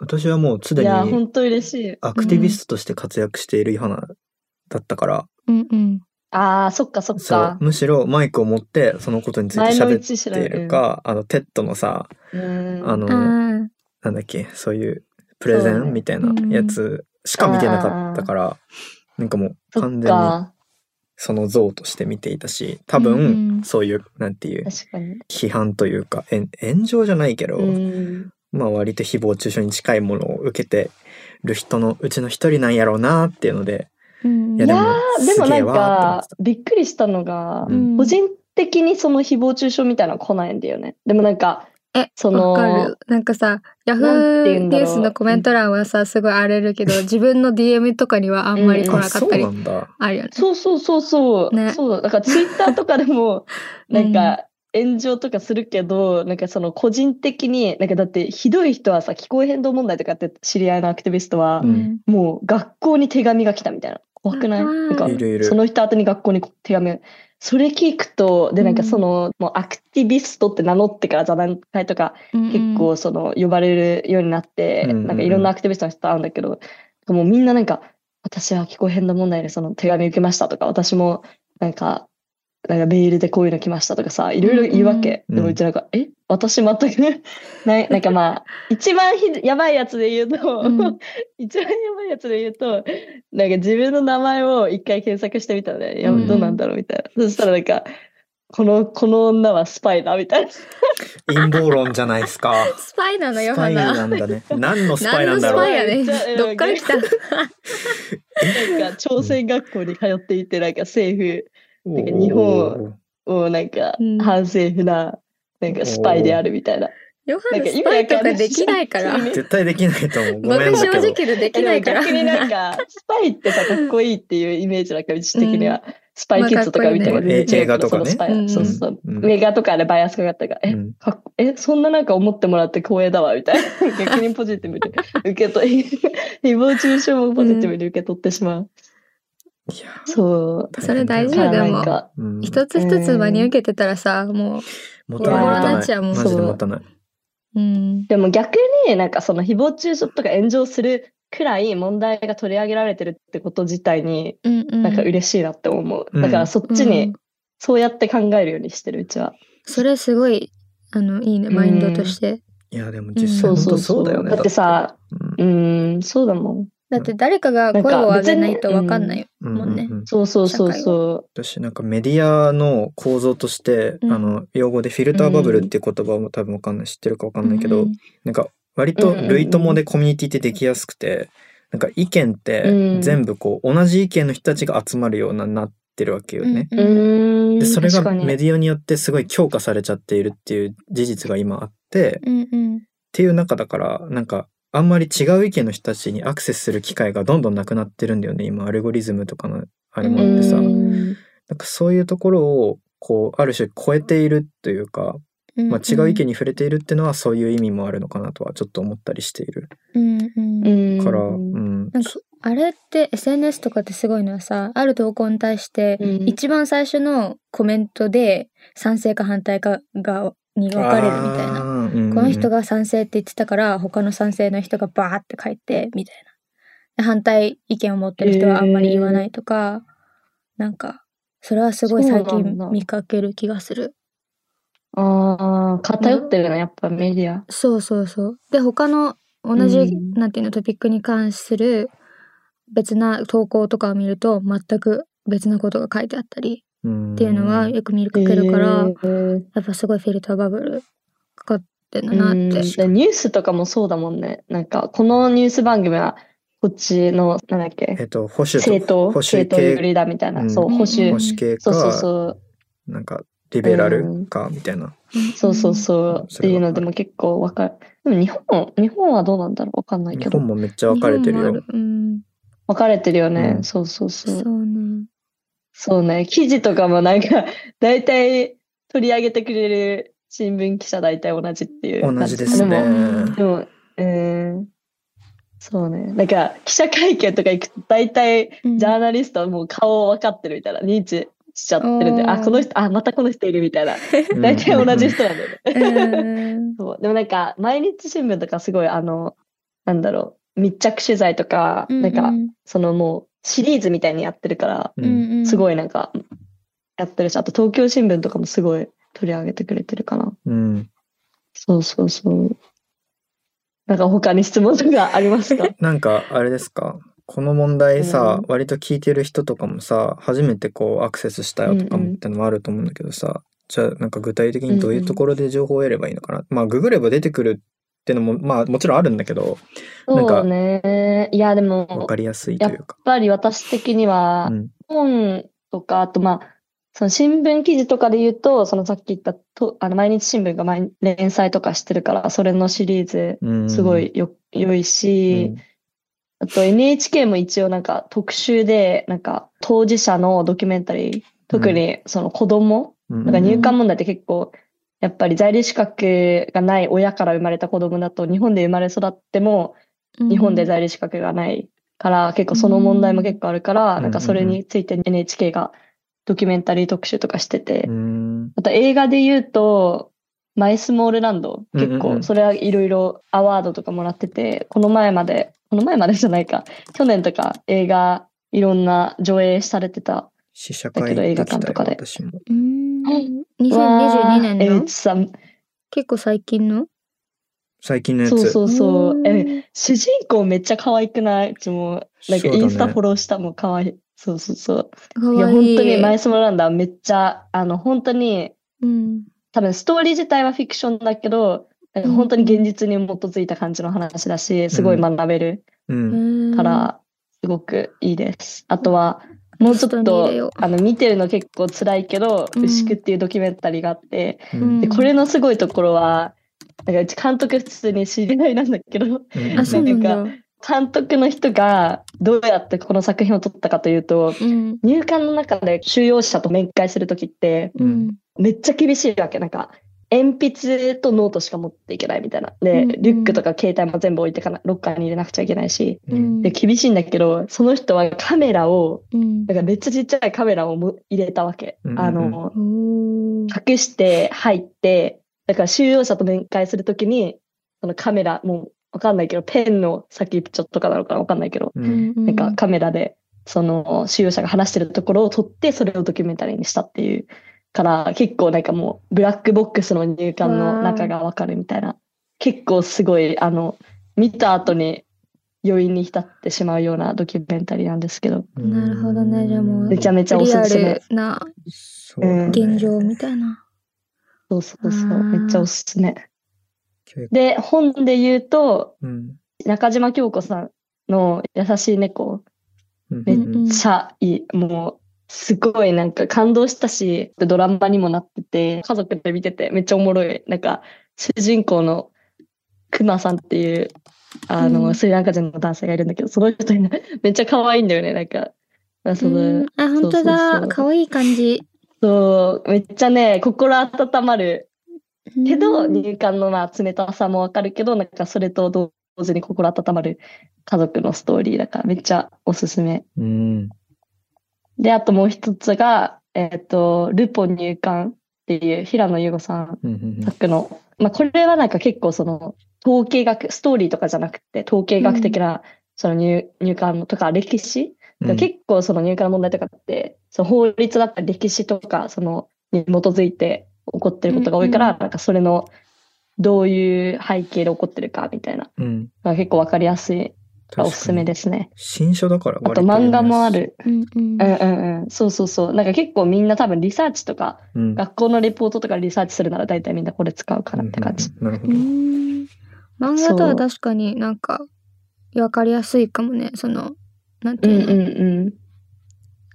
[SPEAKER 3] 私はもうす
[SPEAKER 2] う。い
[SPEAKER 3] で
[SPEAKER 2] や、
[SPEAKER 3] に
[SPEAKER 2] 本当嬉しい。
[SPEAKER 3] アクティビストとして活躍しているヨハナだったから、
[SPEAKER 1] うんうん。
[SPEAKER 2] ああ、そっかそっ
[SPEAKER 3] そう
[SPEAKER 2] か。
[SPEAKER 3] むしろマイクを持ってそのことについて
[SPEAKER 2] 前の
[SPEAKER 3] 喋
[SPEAKER 2] うち知
[SPEAKER 3] っ
[SPEAKER 2] らん
[SPEAKER 3] ているか、あのテッドのさ
[SPEAKER 2] うん
[SPEAKER 3] あの、
[SPEAKER 1] あ
[SPEAKER 3] なんだっけそういうプレゼ
[SPEAKER 2] そうね
[SPEAKER 3] ンみたいなやつしか見てなかったから、なんかもう
[SPEAKER 2] そ
[SPEAKER 3] 完
[SPEAKER 2] っ
[SPEAKER 3] 全に
[SPEAKER 2] か。
[SPEAKER 3] その像として見ていたし多
[SPEAKER 1] うんう
[SPEAKER 3] 分
[SPEAKER 1] ん
[SPEAKER 3] そういうなんていう
[SPEAKER 2] 確かに。
[SPEAKER 3] 批判というかえん炎上じゃないけど、
[SPEAKER 2] うん。
[SPEAKER 3] まあ割と誹謗中傷に近いものを受けてる人のうちの一人なんやろうなっていうので
[SPEAKER 1] うん
[SPEAKER 3] い
[SPEAKER 2] いや
[SPEAKER 3] でも
[SPEAKER 2] ーですも
[SPEAKER 3] げ
[SPEAKER 2] な
[SPEAKER 3] え
[SPEAKER 2] ん
[SPEAKER 3] わーって思っ
[SPEAKER 2] か
[SPEAKER 3] てた
[SPEAKER 2] びっくりしたのが、
[SPEAKER 1] うん
[SPEAKER 2] 個人的にその誹謗中傷みたいなの来ないんだよね。でもなんか
[SPEAKER 1] え、
[SPEAKER 2] その
[SPEAKER 1] わかる。なんかさ、ヤフ
[SPEAKER 2] なんて
[SPEAKER 1] ー
[SPEAKER 2] 言うん
[SPEAKER 1] ニ
[SPEAKER 2] だ
[SPEAKER 1] ュ
[SPEAKER 2] ろう
[SPEAKER 1] ースのコメント欄はさ、すごい荒れるけど、自分の DM とかにはあんまり来
[SPEAKER 2] うん
[SPEAKER 1] なかったり
[SPEAKER 3] あそうなんだ
[SPEAKER 1] あるよね。
[SPEAKER 2] そうそうそうそう、
[SPEAKER 1] ね
[SPEAKER 2] そうだだからツイッターとかで も
[SPEAKER 1] うん
[SPEAKER 2] なんか炎上とかするけど、なんかその個人的になんかだってひどい人はさ気候変動問題とかって知り合いのアクティビストは、
[SPEAKER 3] うん
[SPEAKER 2] もう学校に手紙が来たみたいな怖くない
[SPEAKER 1] あー
[SPEAKER 2] なんか
[SPEAKER 3] いるいる
[SPEAKER 2] その人宛てに学校に手紙がそれ聞くとでなんかその、もうアクティビストって名乗ってから座談会とか結構その呼ばれるようになって、
[SPEAKER 3] うんうんうん
[SPEAKER 2] なんかいろんなアクティビストの人と会うんだけど、もうみんななんか私は気候変動問題でその手紙受けましたとか私もなんかなんかメールでこういうの来ましたとかさいろいろ言うわけ、
[SPEAKER 3] うんうん
[SPEAKER 2] でもうちなんか、え私全く ないなんかまあ一番ひどやばいやつで言うと、
[SPEAKER 1] うん
[SPEAKER 2] 一番やばいやつで言うとなんか自分の名前を一回検索してみたので、いや
[SPEAKER 3] うん
[SPEAKER 2] どうなんだろうみたいなそしたらなんかこのこの女はスパイだみたいな
[SPEAKER 3] 陰謀論じゃないですか
[SPEAKER 1] スパイなの
[SPEAKER 3] ス
[SPEAKER 1] よ、
[SPEAKER 3] パイな
[SPEAKER 1] 花。
[SPEAKER 3] ん だね何のスパイなんだ
[SPEAKER 1] 何のス
[SPEAKER 3] ろう
[SPEAKER 1] パイやね
[SPEAKER 2] じゃあ
[SPEAKER 1] ん。どっから来 た
[SPEAKER 2] なんか朝鮮学校に通っていてなんか政イなんか日本
[SPEAKER 3] おー
[SPEAKER 2] 府をなんか
[SPEAKER 1] うん
[SPEAKER 2] 反政府ななんかスパイであるみたいな。
[SPEAKER 1] ヨハ
[SPEAKER 2] なんか
[SPEAKER 1] ネス
[SPEAKER 2] 意味
[SPEAKER 1] パイと
[SPEAKER 2] わか
[SPEAKER 1] か
[SPEAKER 2] んな
[SPEAKER 1] で
[SPEAKER 2] い
[SPEAKER 1] きないから。
[SPEAKER 3] 絶対できないと思うごめん
[SPEAKER 1] 僕
[SPEAKER 3] だ
[SPEAKER 1] 正
[SPEAKER 3] けど
[SPEAKER 1] 直でできないから。
[SPEAKER 2] えでも逆になんかスパイってさかっこいいっていうイメージだからうち的には、スパイキッズとか見ても
[SPEAKER 1] まあ
[SPEAKER 3] かっこいいね
[SPEAKER 2] 全然違うけど
[SPEAKER 3] え映画とか
[SPEAKER 2] そ
[SPEAKER 3] ね
[SPEAKER 2] のスパイ
[SPEAKER 1] うん
[SPEAKER 2] そうそう、
[SPEAKER 3] うん
[SPEAKER 2] 映画とかでバイアスかかったから、え
[SPEAKER 3] うん
[SPEAKER 2] かっこえそんななんか思ってもらって光栄だわみたいな 逆にポジティブで受け取り 誹謗中傷もポジティブに受け取ってしまう、
[SPEAKER 3] いや
[SPEAKER 2] そう
[SPEAKER 1] それ大事
[SPEAKER 2] だ
[SPEAKER 1] よ
[SPEAKER 2] か
[SPEAKER 1] で
[SPEAKER 2] ら
[SPEAKER 1] も
[SPEAKER 2] なんか
[SPEAKER 3] うん
[SPEAKER 1] 一つ一つ真に受けてたらさ、も
[SPEAKER 3] 持たない持
[SPEAKER 1] いや
[SPEAKER 3] た
[SPEAKER 1] ー
[SPEAKER 3] な
[SPEAKER 1] なっちゃうも
[SPEAKER 3] い
[SPEAKER 1] ん
[SPEAKER 3] マジで持たない、
[SPEAKER 1] う、うん。
[SPEAKER 2] でも逆になんかその誹謗中傷とか炎上するくらい問題が取り上げられてるってこと自体に
[SPEAKER 1] うんうん。
[SPEAKER 2] なんか嬉しいなって思う、
[SPEAKER 3] うん
[SPEAKER 2] だからそっち
[SPEAKER 1] う
[SPEAKER 2] に
[SPEAKER 1] ん
[SPEAKER 2] そうやって考えるようにしてるうちは、
[SPEAKER 1] それすごい、あの、いいね、
[SPEAKER 2] うん
[SPEAKER 1] マインドとして。
[SPEAKER 3] いやでも
[SPEAKER 1] うん
[SPEAKER 3] 実際
[SPEAKER 2] そう
[SPEAKER 3] 本
[SPEAKER 2] そ
[SPEAKER 3] 当
[SPEAKER 2] うそ
[SPEAKER 3] そう
[SPEAKER 2] う
[SPEAKER 3] だよね、
[SPEAKER 2] ってさ
[SPEAKER 3] うん
[SPEAKER 2] うんそうだもん
[SPEAKER 1] だって誰かが声を上げないとわかんないよ。
[SPEAKER 3] うん
[SPEAKER 1] もうね
[SPEAKER 3] うんうん
[SPEAKER 2] そうそうそうそ
[SPEAKER 3] 私なんかメディアの構造として、
[SPEAKER 1] うん
[SPEAKER 3] あの用語でフィルターバブルっていう言葉も多分わかんない知ってるかわかんないけど、
[SPEAKER 1] うん
[SPEAKER 3] なんか割と類友でコミュニティってできやすくてなんか意見って全部こう同じ意見の人たちが集まるようななってるわけよね。
[SPEAKER 1] う
[SPEAKER 2] う、
[SPEAKER 1] んうん
[SPEAKER 2] うん
[SPEAKER 3] でそれが
[SPEAKER 2] 確かに
[SPEAKER 3] メディアによってすごい強化されちゃっているっていう事実が今あってっ
[SPEAKER 1] うんうん
[SPEAKER 3] ていう中だからなんかあんまり違う意見の人たちにアクセスする機会がどんどんなくなってるんだよね今アルゴリズムとかのあれもあってさ、
[SPEAKER 1] う
[SPEAKER 3] なん
[SPEAKER 2] ん
[SPEAKER 3] かそういうところをこうある種超えているというか、
[SPEAKER 1] うん。
[SPEAKER 3] まあ、違う意見に触れているっていうのはそういう意味もあるのかなとはちょっと思ったりしている
[SPEAKER 1] うんうん
[SPEAKER 2] うん
[SPEAKER 3] から、う
[SPEAKER 2] うん
[SPEAKER 3] ん
[SPEAKER 1] なんかあれって SNS とかってすごいのはさある投稿に対して
[SPEAKER 2] うん
[SPEAKER 1] 一番最初のコメントで賛成か反対かがに分かれるみたいな。
[SPEAKER 3] な、うん
[SPEAKER 1] この人が賛成って言ってたから他の賛成の人がバーって書いてみたいな。で反対意見を持ってる人はあんまり言わないとか、なんかそれはすごい最
[SPEAKER 2] そうなんだ
[SPEAKER 1] 近見かける気がする。
[SPEAKER 2] ああ偏ってるなやっぱメディア
[SPEAKER 1] そうそうそう。で他の同じ、
[SPEAKER 2] うん
[SPEAKER 1] なんていうのトピックに関する別な投稿とかを見ると全く別なことが書いてあったり
[SPEAKER 3] っ
[SPEAKER 1] っていうのはよく見るかけるから、
[SPEAKER 2] えー
[SPEAKER 1] やっぱすごいフィルターバブルかかってんだなっ
[SPEAKER 2] うん
[SPEAKER 1] て。
[SPEAKER 2] でニュースとかもそうだもんねなんかこのニュース番組はこっちのなんだっ
[SPEAKER 3] え
[SPEAKER 2] け
[SPEAKER 3] っと保守と
[SPEAKER 2] 政党
[SPEAKER 3] 保守系
[SPEAKER 2] 政党寄りだみたいな、
[SPEAKER 3] うん
[SPEAKER 2] そう保守、
[SPEAKER 1] う
[SPEAKER 3] 保
[SPEAKER 1] ん
[SPEAKER 3] 守系か
[SPEAKER 2] そうそうそう
[SPEAKER 3] なんかリベラルかみたいな、
[SPEAKER 2] そうそうそう、
[SPEAKER 3] うん
[SPEAKER 2] っていうのでも結構わかるでも日本日本はどうなんだろうわかんないけ
[SPEAKER 3] 日
[SPEAKER 2] ど
[SPEAKER 3] 本もめっちゃ分かれてる
[SPEAKER 1] 日本も
[SPEAKER 3] よ
[SPEAKER 1] あ。うん、
[SPEAKER 2] 分かれてるよね、
[SPEAKER 3] うん
[SPEAKER 2] そうそうそ
[SPEAKER 1] そううね。
[SPEAKER 2] そうね記事とかもなんか大体取り上げてくれる新聞記者大体同じっていう
[SPEAKER 3] 同じです
[SPEAKER 2] で
[SPEAKER 3] ね
[SPEAKER 2] も。
[SPEAKER 1] うん
[SPEAKER 2] でもうんそうねなんか記者会見とか行くと大体
[SPEAKER 1] うん
[SPEAKER 2] ジャーナリストはもう顔分かってるみたいな認知しちゃってるんで
[SPEAKER 1] おー
[SPEAKER 2] あこの人あまたこの人いるみたいな
[SPEAKER 3] うん
[SPEAKER 2] 大体同じ人なんだよね
[SPEAKER 1] うん
[SPEAKER 2] そう。でもなんか、毎日新 聞とかすごい、あの、なんだろう、密着取材とか、なんか、そのもう、シリーズみたいにやってるから、
[SPEAKER 3] う。
[SPEAKER 1] うんんうん、
[SPEAKER 2] すご
[SPEAKER 1] い。
[SPEAKER 2] いなんか、やってるし、あと東京新聞とかもすごい取り上げてくれてるかな。
[SPEAKER 3] うん。
[SPEAKER 2] そうそうそう。なんか他に質問とかありますか
[SPEAKER 3] なんか、あれですかこの問題さ
[SPEAKER 2] うん、
[SPEAKER 3] 割と聞いてる人とかもさ、初めてこうアクセスしたよとかもってのもあると思うんだけどさ、じゃあなんか具体的にどういうところで情報を得ればいいのかな。まあ、ググれば出てくるってのも、まあもちろんあるんだけど、なんか
[SPEAKER 2] そうね。いや、でも、
[SPEAKER 3] わ
[SPEAKER 2] やっ
[SPEAKER 3] かりやすいというか。
[SPEAKER 2] ぱり私的には
[SPEAKER 3] う、ん。
[SPEAKER 2] 本とか、あとまあ、その新聞記事とかで言うと、そのさっき言ったと、あの、毎日新聞が毎連載とかしてるから、それのシリーズ、
[SPEAKER 3] うん
[SPEAKER 2] すごいよ、良いし、
[SPEAKER 3] うん
[SPEAKER 2] あと NHK も一応なんか特集で、なんか当事者のドキュメンタリー、特にその子供、
[SPEAKER 3] うん
[SPEAKER 2] なんか入管問題って結構、やっぱり在留資格がない親から生まれた子供だと、日本で生まれ育っても、日本で在留資格がないから、結構その問題も結構あるから、
[SPEAKER 3] うん
[SPEAKER 2] なんかそれについて NHK がドキュメンタリー特集とかしてて、
[SPEAKER 3] うん
[SPEAKER 2] あと映画で言うと、マイスモールランド、
[SPEAKER 3] うんうんうん
[SPEAKER 2] 結構、それはいろいろアワードとかもらってて、この前まで、この前までじゃないか、 去年とか映画、いろんな上映されてた。
[SPEAKER 3] 試写会
[SPEAKER 2] だけど映画館
[SPEAKER 3] 行ってき
[SPEAKER 2] とか
[SPEAKER 3] たよ
[SPEAKER 2] で
[SPEAKER 3] 私も。
[SPEAKER 1] うん。2022
[SPEAKER 2] わー
[SPEAKER 1] 年
[SPEAKER 2] 江
[SPEAKER 1] の
[SPEAKER 2] 口さん、
[SPEAKER 1] 結構最近の
[SPEAKER 3] 最近のやつ。
[SPEAKER 2] そうそうそう。え、
[SPEAKER 1] ん
[SPEAKER 2] 主人公めっちゃ可愛くないうちも、なんか
[SPEAKER 3] そうだ
[SPEAKER 2] イ
[SPEAKER 3] ね
[SPEAKER 2] ンスタフォローしたも可愛い。そうそうそう。
[SPEAKER 1] か
[SPEAKER 2] いや、
[SPEAKER 1] わ
[SPEAKER 2] 本
[SPEAKER 1] いい。
[SPEAKER 2] 当にマイスモールランドはめっちゃ、あの、本当に、
[SPEAKER 1] うん。
[SPEAKER 2] 多分ストーリー自体はフィクションだけど、なんか本当に現実に基づいた感じの話だし、すごい学べる
[SPEAKER 3] うん。
[SPEAKER 1] か
[SPEAKER 2] から、すごくいいです。あとは、もうちょっ
[SPEAKER 1] 外に入
[SPEAKER 2] と
[SPEAKER 1] れよ、
[SPEAKER 2] あの、見てるの結構辛いけど、
[SPEAKER 1] うん
[SPEAKER 2] 牛久っていうドキュメンタリーがあって、
[SPEAKER 3] う
[SPEAKER 1] うん
[SPEAKER 3] ん
[SPEAKER 2] で、これのすごいところは、なんかうち監督普通に知り合いなんだけど、
[SPEAKER 1] あ、そうなんだ。
[SPEAKER 2] 監督の人がどうやってこの作品を撮ったかというと、
[SPEAKER 1] うん。
[SPEAKER 2] 入管の中で収容者と面会するときって、
[SPEAKER 1] うん。
[SPEAKER 2] めっちゃ厳しいわけ。なんか、鉛筆とノートしか持っていけないみたいな。で、
[SPEAKER 1] うんうん
[SPEAKER 2] リュックとか携帯も全部置いてかな、ロッカーに入れなくちゃいけないし。
[SPEAKER 3] うん
[SPEAKER 2] で、厳しいんだけど、その人はカメラを、
[SPEAKER 1] うん
[SPEAKER 2] なんかめっちゃちっちゃいカメラをも入れたわけ。
[SPEAKER 3] うんうんうん
[SPEAKER 2] あの、
[SPEAKER 1] おー
[SPEAKER 2] 隠して入って、だから収容者と面会するときに、そのカメラ、もうわかんないけど、ペンの先っちょとかなのかなわかんないけど、
[SPEAKER 1] う
[SPEAKER 3] う。
[SPEAKER 1] んんうん
[SPEAKER 2] なんかカメラで、その収容者が話してるところを撮って、それをドキュメンタリーにしたっていうから、結構なんかもう、ブラックボックスの入管の中がわかるみたいな、結構すごい、あの、見た後に余韻に浸ってしまうようなドキュメンタリーなんですけど、
[SPEAKER 3] うん
[SPEAKER 1] なるほどね。じゃあもう、
[SPEAKER 2] めちゃめちゃお
[SPEAKER 1] リ
[SPEAKER 2] す
[SPEAKER 1] ア
[SPEAKER 2] すめ
[SPEAKER 1] ルな
[SPEAKER 3] そうだね
[SPEAKER 2] うん
[SPEAKER 1] 現状みたいな。
[SPEAKER 2] そうそうそ
[SPEAKER 1] あ
[SPEAKER 2] う、
[SPEAKER 1] ー
[SPEAKER 2] めっちゃおすすめ。
[SPEAKER 3] 教育
[SPEAKER 2] で、本で言うと、
[SPEAKER 3] うん
[SPEAKER 2] 中島京子さんの優しい猫、
[SPEAKER 3] うん
[SPEAKER 1] う
[SPEAKER 3] うんん
[SPEAKER 1] うん
[SPEAKER 2] めっちゃいい。もう、すごいなんか感動したし、ドラマにもなってて、家族で見ててめっちゃおもろい。なんか、主人公のクマさんっていう、あの、
[SPEAKER 1] うん
[SPEAKER 2] スリランカ人の男性がいるんだけど、その人に めっちゃ可愛いんだよね、なんか。まあそ
[SPEAKER 1] うん
[SPEAKER 2] の
[SPEAKER 1] あ、本当
[SPEAKER 2] そうそうそ
[SPEAKER 1] だ。
[SPEAKER 2] う
[SPEAKER 1] かわいい感じ。
[SPEAKER 2] そう、めっちゃね、心温まる。けど、
[SPEAKER 1] うん
[SPEAKER 2] 入管のまあ冷たさもわかるけど、なんかそれと同時に心温まる家族のストーリーだから、めっちゃおすすめ。
[SPEAKER 3] うん
[SPEAKER 2] で、あともう一つが、えっ、と、ルポ入管っていう平野優吾さん
[SPEAKER 3] うんうん
[SPEAKER 2] 作の、まあ、これはなんか結構その、統計学、ストーリーとかじゃなくて、統計学的な、その入入管のとか歴史、
[SPEAKER 3] うん
[SPEAKER 2] 結構その入管の問題とかって、その法律だったり歴史とか、その、に基づいて起こってることが多いから、
[SPEAKER 1] うん
[SPEAKER 2] なんかそれの、どういう背景で起こってるかみたいな、
[SPEAKER 3] うん
[SPEAKER 2] まあ結構わかりやすいからおすすめ
[SPEAKER 3] で
[SPEAKER 2] ですね。
[SPEAKER 3] 新書だから
[SPEAKER 2] あと漫画もある。
[SPEAKER 1] うんうん
[SPEAKER 2] うんうんうん。そうそうそう。なんか結構みんな多分リサーチとか、
[SPEAKER 3] うん
[SPEAKER 2] 学校のレポートとかリサーチするなら大体みんなこれ使うかなって感じ。
[SPEAKER 3] うんうんなるほ
[SPEAKER 1] う
[SPEAKER 3] ど
[SPEAKER 1] ん漫画とは確かになんか分かりやすいかもねそのなんて
[SPEAKER 2] うん
[SPEAKER 1] いううの,、
[SPEAKER 2] んうん。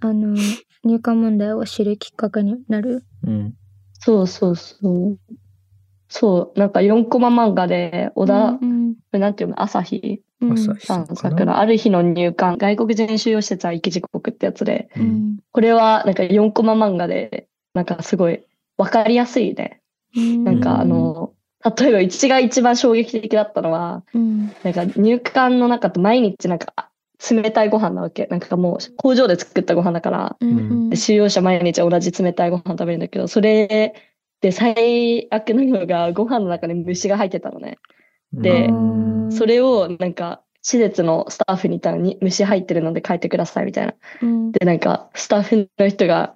[SPEAKER 1] あの入管問題を知るきっかけになる
[SPEAKER 3] うん
[SPEAKER 2] そうそうそう。そう、なんか4コマ漫画で、小田、
[SPEAKER 1] うん
[SPEAKER 2] なんていうの、朝日
[SPEAKER 1] うんうん
[SPEAKER 3] 朝日
[SPEAKER 2] さ
[SPEAKER 3] さん
[SPEAKER 2] ん
[SPEAKER 3] か
[SPEAKER 2] 作
[SPEAKER 3] な
[SPEAKER 2] の、ある日の入管、外国人収容施設は生き地獄ってやつで、
[SPEAKER 3] う
[SPEAKER 1] うんん
[SPEAKER 2] これはなんか4コマ漫画で、なんかすごいわかりやすいね。
[SPEAKER 1] うん
[SPEAKER 2] なんかあの、例えばうちが一番衝撃的だったのは、
[SPEAKER 1] うん
[SPEAKER 2] なんか入管の中って毎日なんかあ冷たいご飯なわけ。なんかもう工場で作ったご飯だから、
[SPEAKER 1] うんうん
[SPEAKER 2] 収容者毎日同じ冷たいご飯食べるんだけど、それで最悪なのがご飯の中に虫が入ってたのね。で
[SPEAKER 3] うん
[SPEAKER 2] それをなんか施設のスタッフにいたのに虫入ってるので変えてくださいみたいな。
[SPEAKER 1] うん
[SPEAKER 2] で、なんか、スタッフの人が、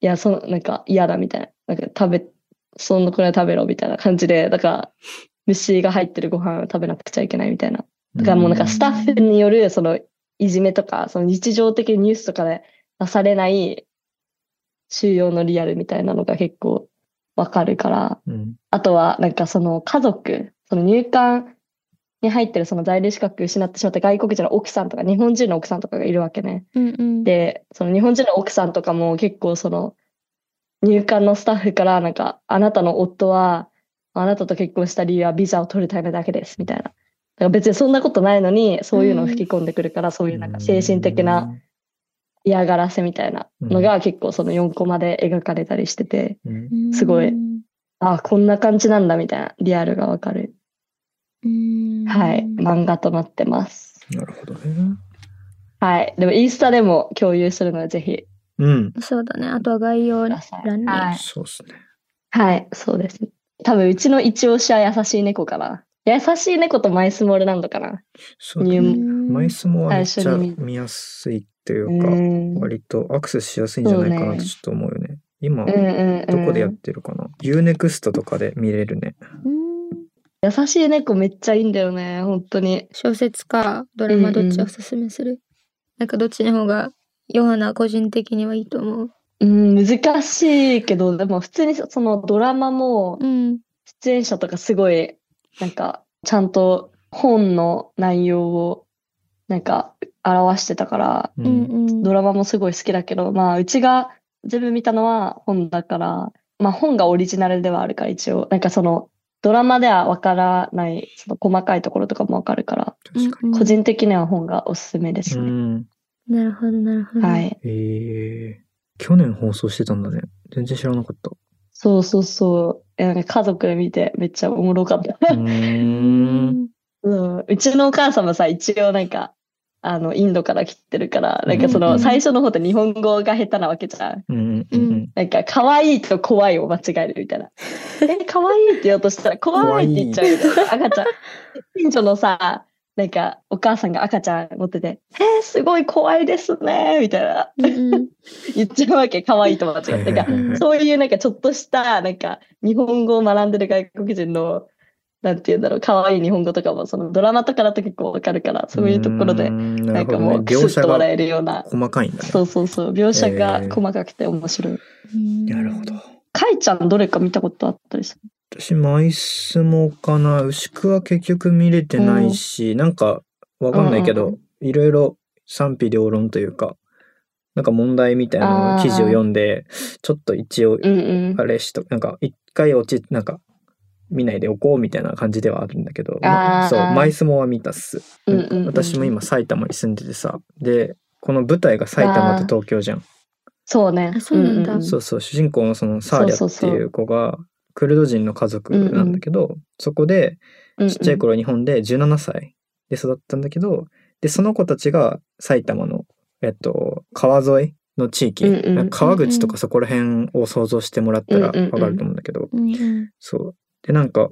[SPEAKER 2] いや、その、なんか嫌だみたいな。なんか食べ、そんなこれ食べろみたいな感じで、だから、虫が入ってるご飯を食べなくちゃいけないみたいな。だからもうなんかスタッフによるそのいじめとか、その日常的ニュースとかで出されない収容のリアルみたいなのが結構わかるから、
[SPEAKER 3] うん
[SPEAKER 2] あとはなんかその家族、その入管に入ってるその在留資格失ってしまった外国人の奥さんとか日本人の奥さんとかがいるわけね。
[SPEAKER 1] うんうん。
[SPEAKER 2] で、その日本人の奥さんとかも結構その入管のスタッフからなんか、あなたの夫は、あなたと結婚した理由はビザを取るためだけです、みたいな。だから別にそんなことないのに、そういうのを吹き込んでくるから、そういうなんか精神的な嫌がらせみたいなのが結構その4コマで描かれたりしてて、
[SPEAKER 3] うん
[SPEAKER 1] す
[SPEAKER 2] すごいああ、こんな感じなんだみたいなリアルがわかる。はい、漫画となってます。
[SPEAKER 3] なるほどね。
[SPEAKER 2] はい、でもインスタでも共有するのでぜひ
[SPEAKER 3] うん。
[SPEAKER 1] そうだね。あとは概要
[SPEAKER 2] く
[SPEAKER 1] 欄
[SPEAKER 2] ださい。
[SPEAKER 1] に。
[SPEAKER 2] はい
[SPEAKER 3] そうですね。
[SPEAKER 2] はい、そうですね。多分うちの一押しは優しい猫かな。優しい猫とマイスモールランドかな。
[SPEAKER 3] そうだね
[SPEAKER 2] 入
[SPEAKER 3] マイスモはめっ
[SPEAKER 2] 最
[SPEAKER 3] ち
[SPEAKER 2] 初
[SPEAKER 3] ゃ
[SPEAKER 2] に見
[SPEAKER 3] 見やすいっていううか、
[SPEAKER 2] んうん
[SPEAKER 3] 割とアクセスしやすいんじゃないかなってちょっと思うよね。今、ど
[SPEAKER 2] うんうん
[SPEAKER 3] こでやってるかな ?Unext とかで見れるね。
[SPEAKER 1] うん
[SPEAKER 2] 優しい猫めっちゃいいんだよね、本当に。
[SPEAKER 1] 小説かドラマどっ
[SPEAKER 2] うん
[SPEAKER 1] ち
[SPEAKER 2] うん
[SPEAKER 1] おすすめする、なんかどっちの方がヨハナ個人的にはいいと思う。
[SPEAKER 2] うん、難しいけど、でも普通にそのドラマも
[SPEAKER 1] うん。
[SPEAKER 2] 出演者とかすごい、なんかちゃんと本の内容をなんか表してたから、
[SPEAKER 3] う
[SPEAKER 1] うん。うん。
[SPEAKER 2] ドラマもすごい好きだけど、まあ、うちが全部見たのは本だから、まあ、本がオリジナルではあるから、一応、なんかその、ドラマではわからない、その細かいところとかもわかるから、
[SPEAKER 3] 確か
[SPEAKER 1] うんうん
[SPEAKER 2] 個人的には本がおすすめで
[SPEAKER 3] に。
[SPEAKER 2] す
[SPEAKER 3] う
[SPEAKER 2] ね。
[SPEAKER 3] ん。
[SPEAKER 1] なるほどなるほど。
[SPEAKER 2] は。い。
[SPEAKER 3] えー、去年放送してたんだね。全然知らなかった。
[SPEAKER 2] そうそうそう。えなんか家族で見てめっちゃおもろかった。
[SPEAKER 3] う
[SPEAKER 1] う
[SPEAKER 3] ーん。
[SPEAKER 1] ん。
[SPEAKER 2] うん、うちのお母さんもさ、一応なんか、あの、インドから来てるから、なんかそ
[SPEAKER 1] うんう
[SPEAKER 2] の、
[SPEAKER 1] ん
[SPEAKER 2] 最初の方って日本語が下手なわけじゃん。
[SPEAKER 3] うんうん
[SPEAKER 2] なんか、可愛いと怖いを間違えるみ たいな。え、可愛いって言おうとしたら、怖いって言っちゃうみたいな。赤ちゃん。近所のさ、なんか、お母さんが赤ちゃん持ってて、えー、すごい怖いですね、みたいな。
[SPEAKER 1] うん。
[SPEAKER 2] 言っちゃうわけ、可愛いと間違えて。なんか、
[SPEAKER 3] う ん。
[SPEAKER 2] そういうなんかちょっとした、なんか、日本語を学んでる外国人の、なんて言うんだろう、可愛い日本語とかも、そのドラマとかだと結構わかるから、そういうところで、
[SPEAKER 3] な
[SPEAKER 2] なん
[SPEAKER 3] るほ
[SPEAKER 2] か
[SPEAKER 3] ど
[SPEAKER 2] も
[SPEAKER 3] ね。
[SPEAKER 2] う、ク
[SPEAKER 3] 描
[SPEAKER 2] ス
[SPEAKER 3] 写
[SPEAKER 2] ッと笑
[SPEAKER 3] が
[SPEAKER 2] えるような。
[SPEAKER 3] 細かいんだね。
[SPEAKER 2] そうそうそう、描写が
[SPEAKER 3] えー
[SPEAKER 2] 細かくて面白い。
[SPEAKER 1] うん
[SPEAKER 3] なるほど。。
[SPEAKER 2] かいちゃんどれか見たことあったりする
[SPEAKER 3] 私、マイスモかな。牛久は結局見れてないし、なんかわかんないけ
[SPEAKER 2] うん
[SPEAKER 3] ど、いろいろ賛否両論というか、なんか問題みたいなのを記事を読んで、ちょっと一応、
[SPEAKER 2] うんうん。
[SPEAKER 3] あれしと、なんか一回落ち、なんか見ないでおこうみたいな感じではあるんだけど、ま
[SPEAKER 2] あー
[SPEAKER 3] そう、マイスモは見たっす。
[SPEAKER 2] うん
[SPEAKER 3] なんか
[SPEAKER 2] うんうん
[SPEAKER 3] 私も今埼玉に住んでてさ、で、この舞台が埼玉と東京じゃん。
[SPEAKER 2] そうね
[SPEAKER 1] あ。そうなんだ
[SPEAKER 3] そうそう、主人公のそのサーリャっていう子が、クルド人の家族なんだけど、そこで、
[SPEAKER 2] うんうん
[SPEAKER 3] ちっちゃい頃日本で17歳で育ったんだけど、で、その子たちが埼玉の、えっと、川沿いの地域、
[SPEAKER 2] うんうん
[SPEAKER 3] なんか川口とかそこら辺を想像してもらったらわ
[SPEAKER 2] うんうんうん
[SPEAKER 3] かると思うんだけど、
[SPEAKER 1] うんうん。
[SPEAKER 3] そう。で、なんか、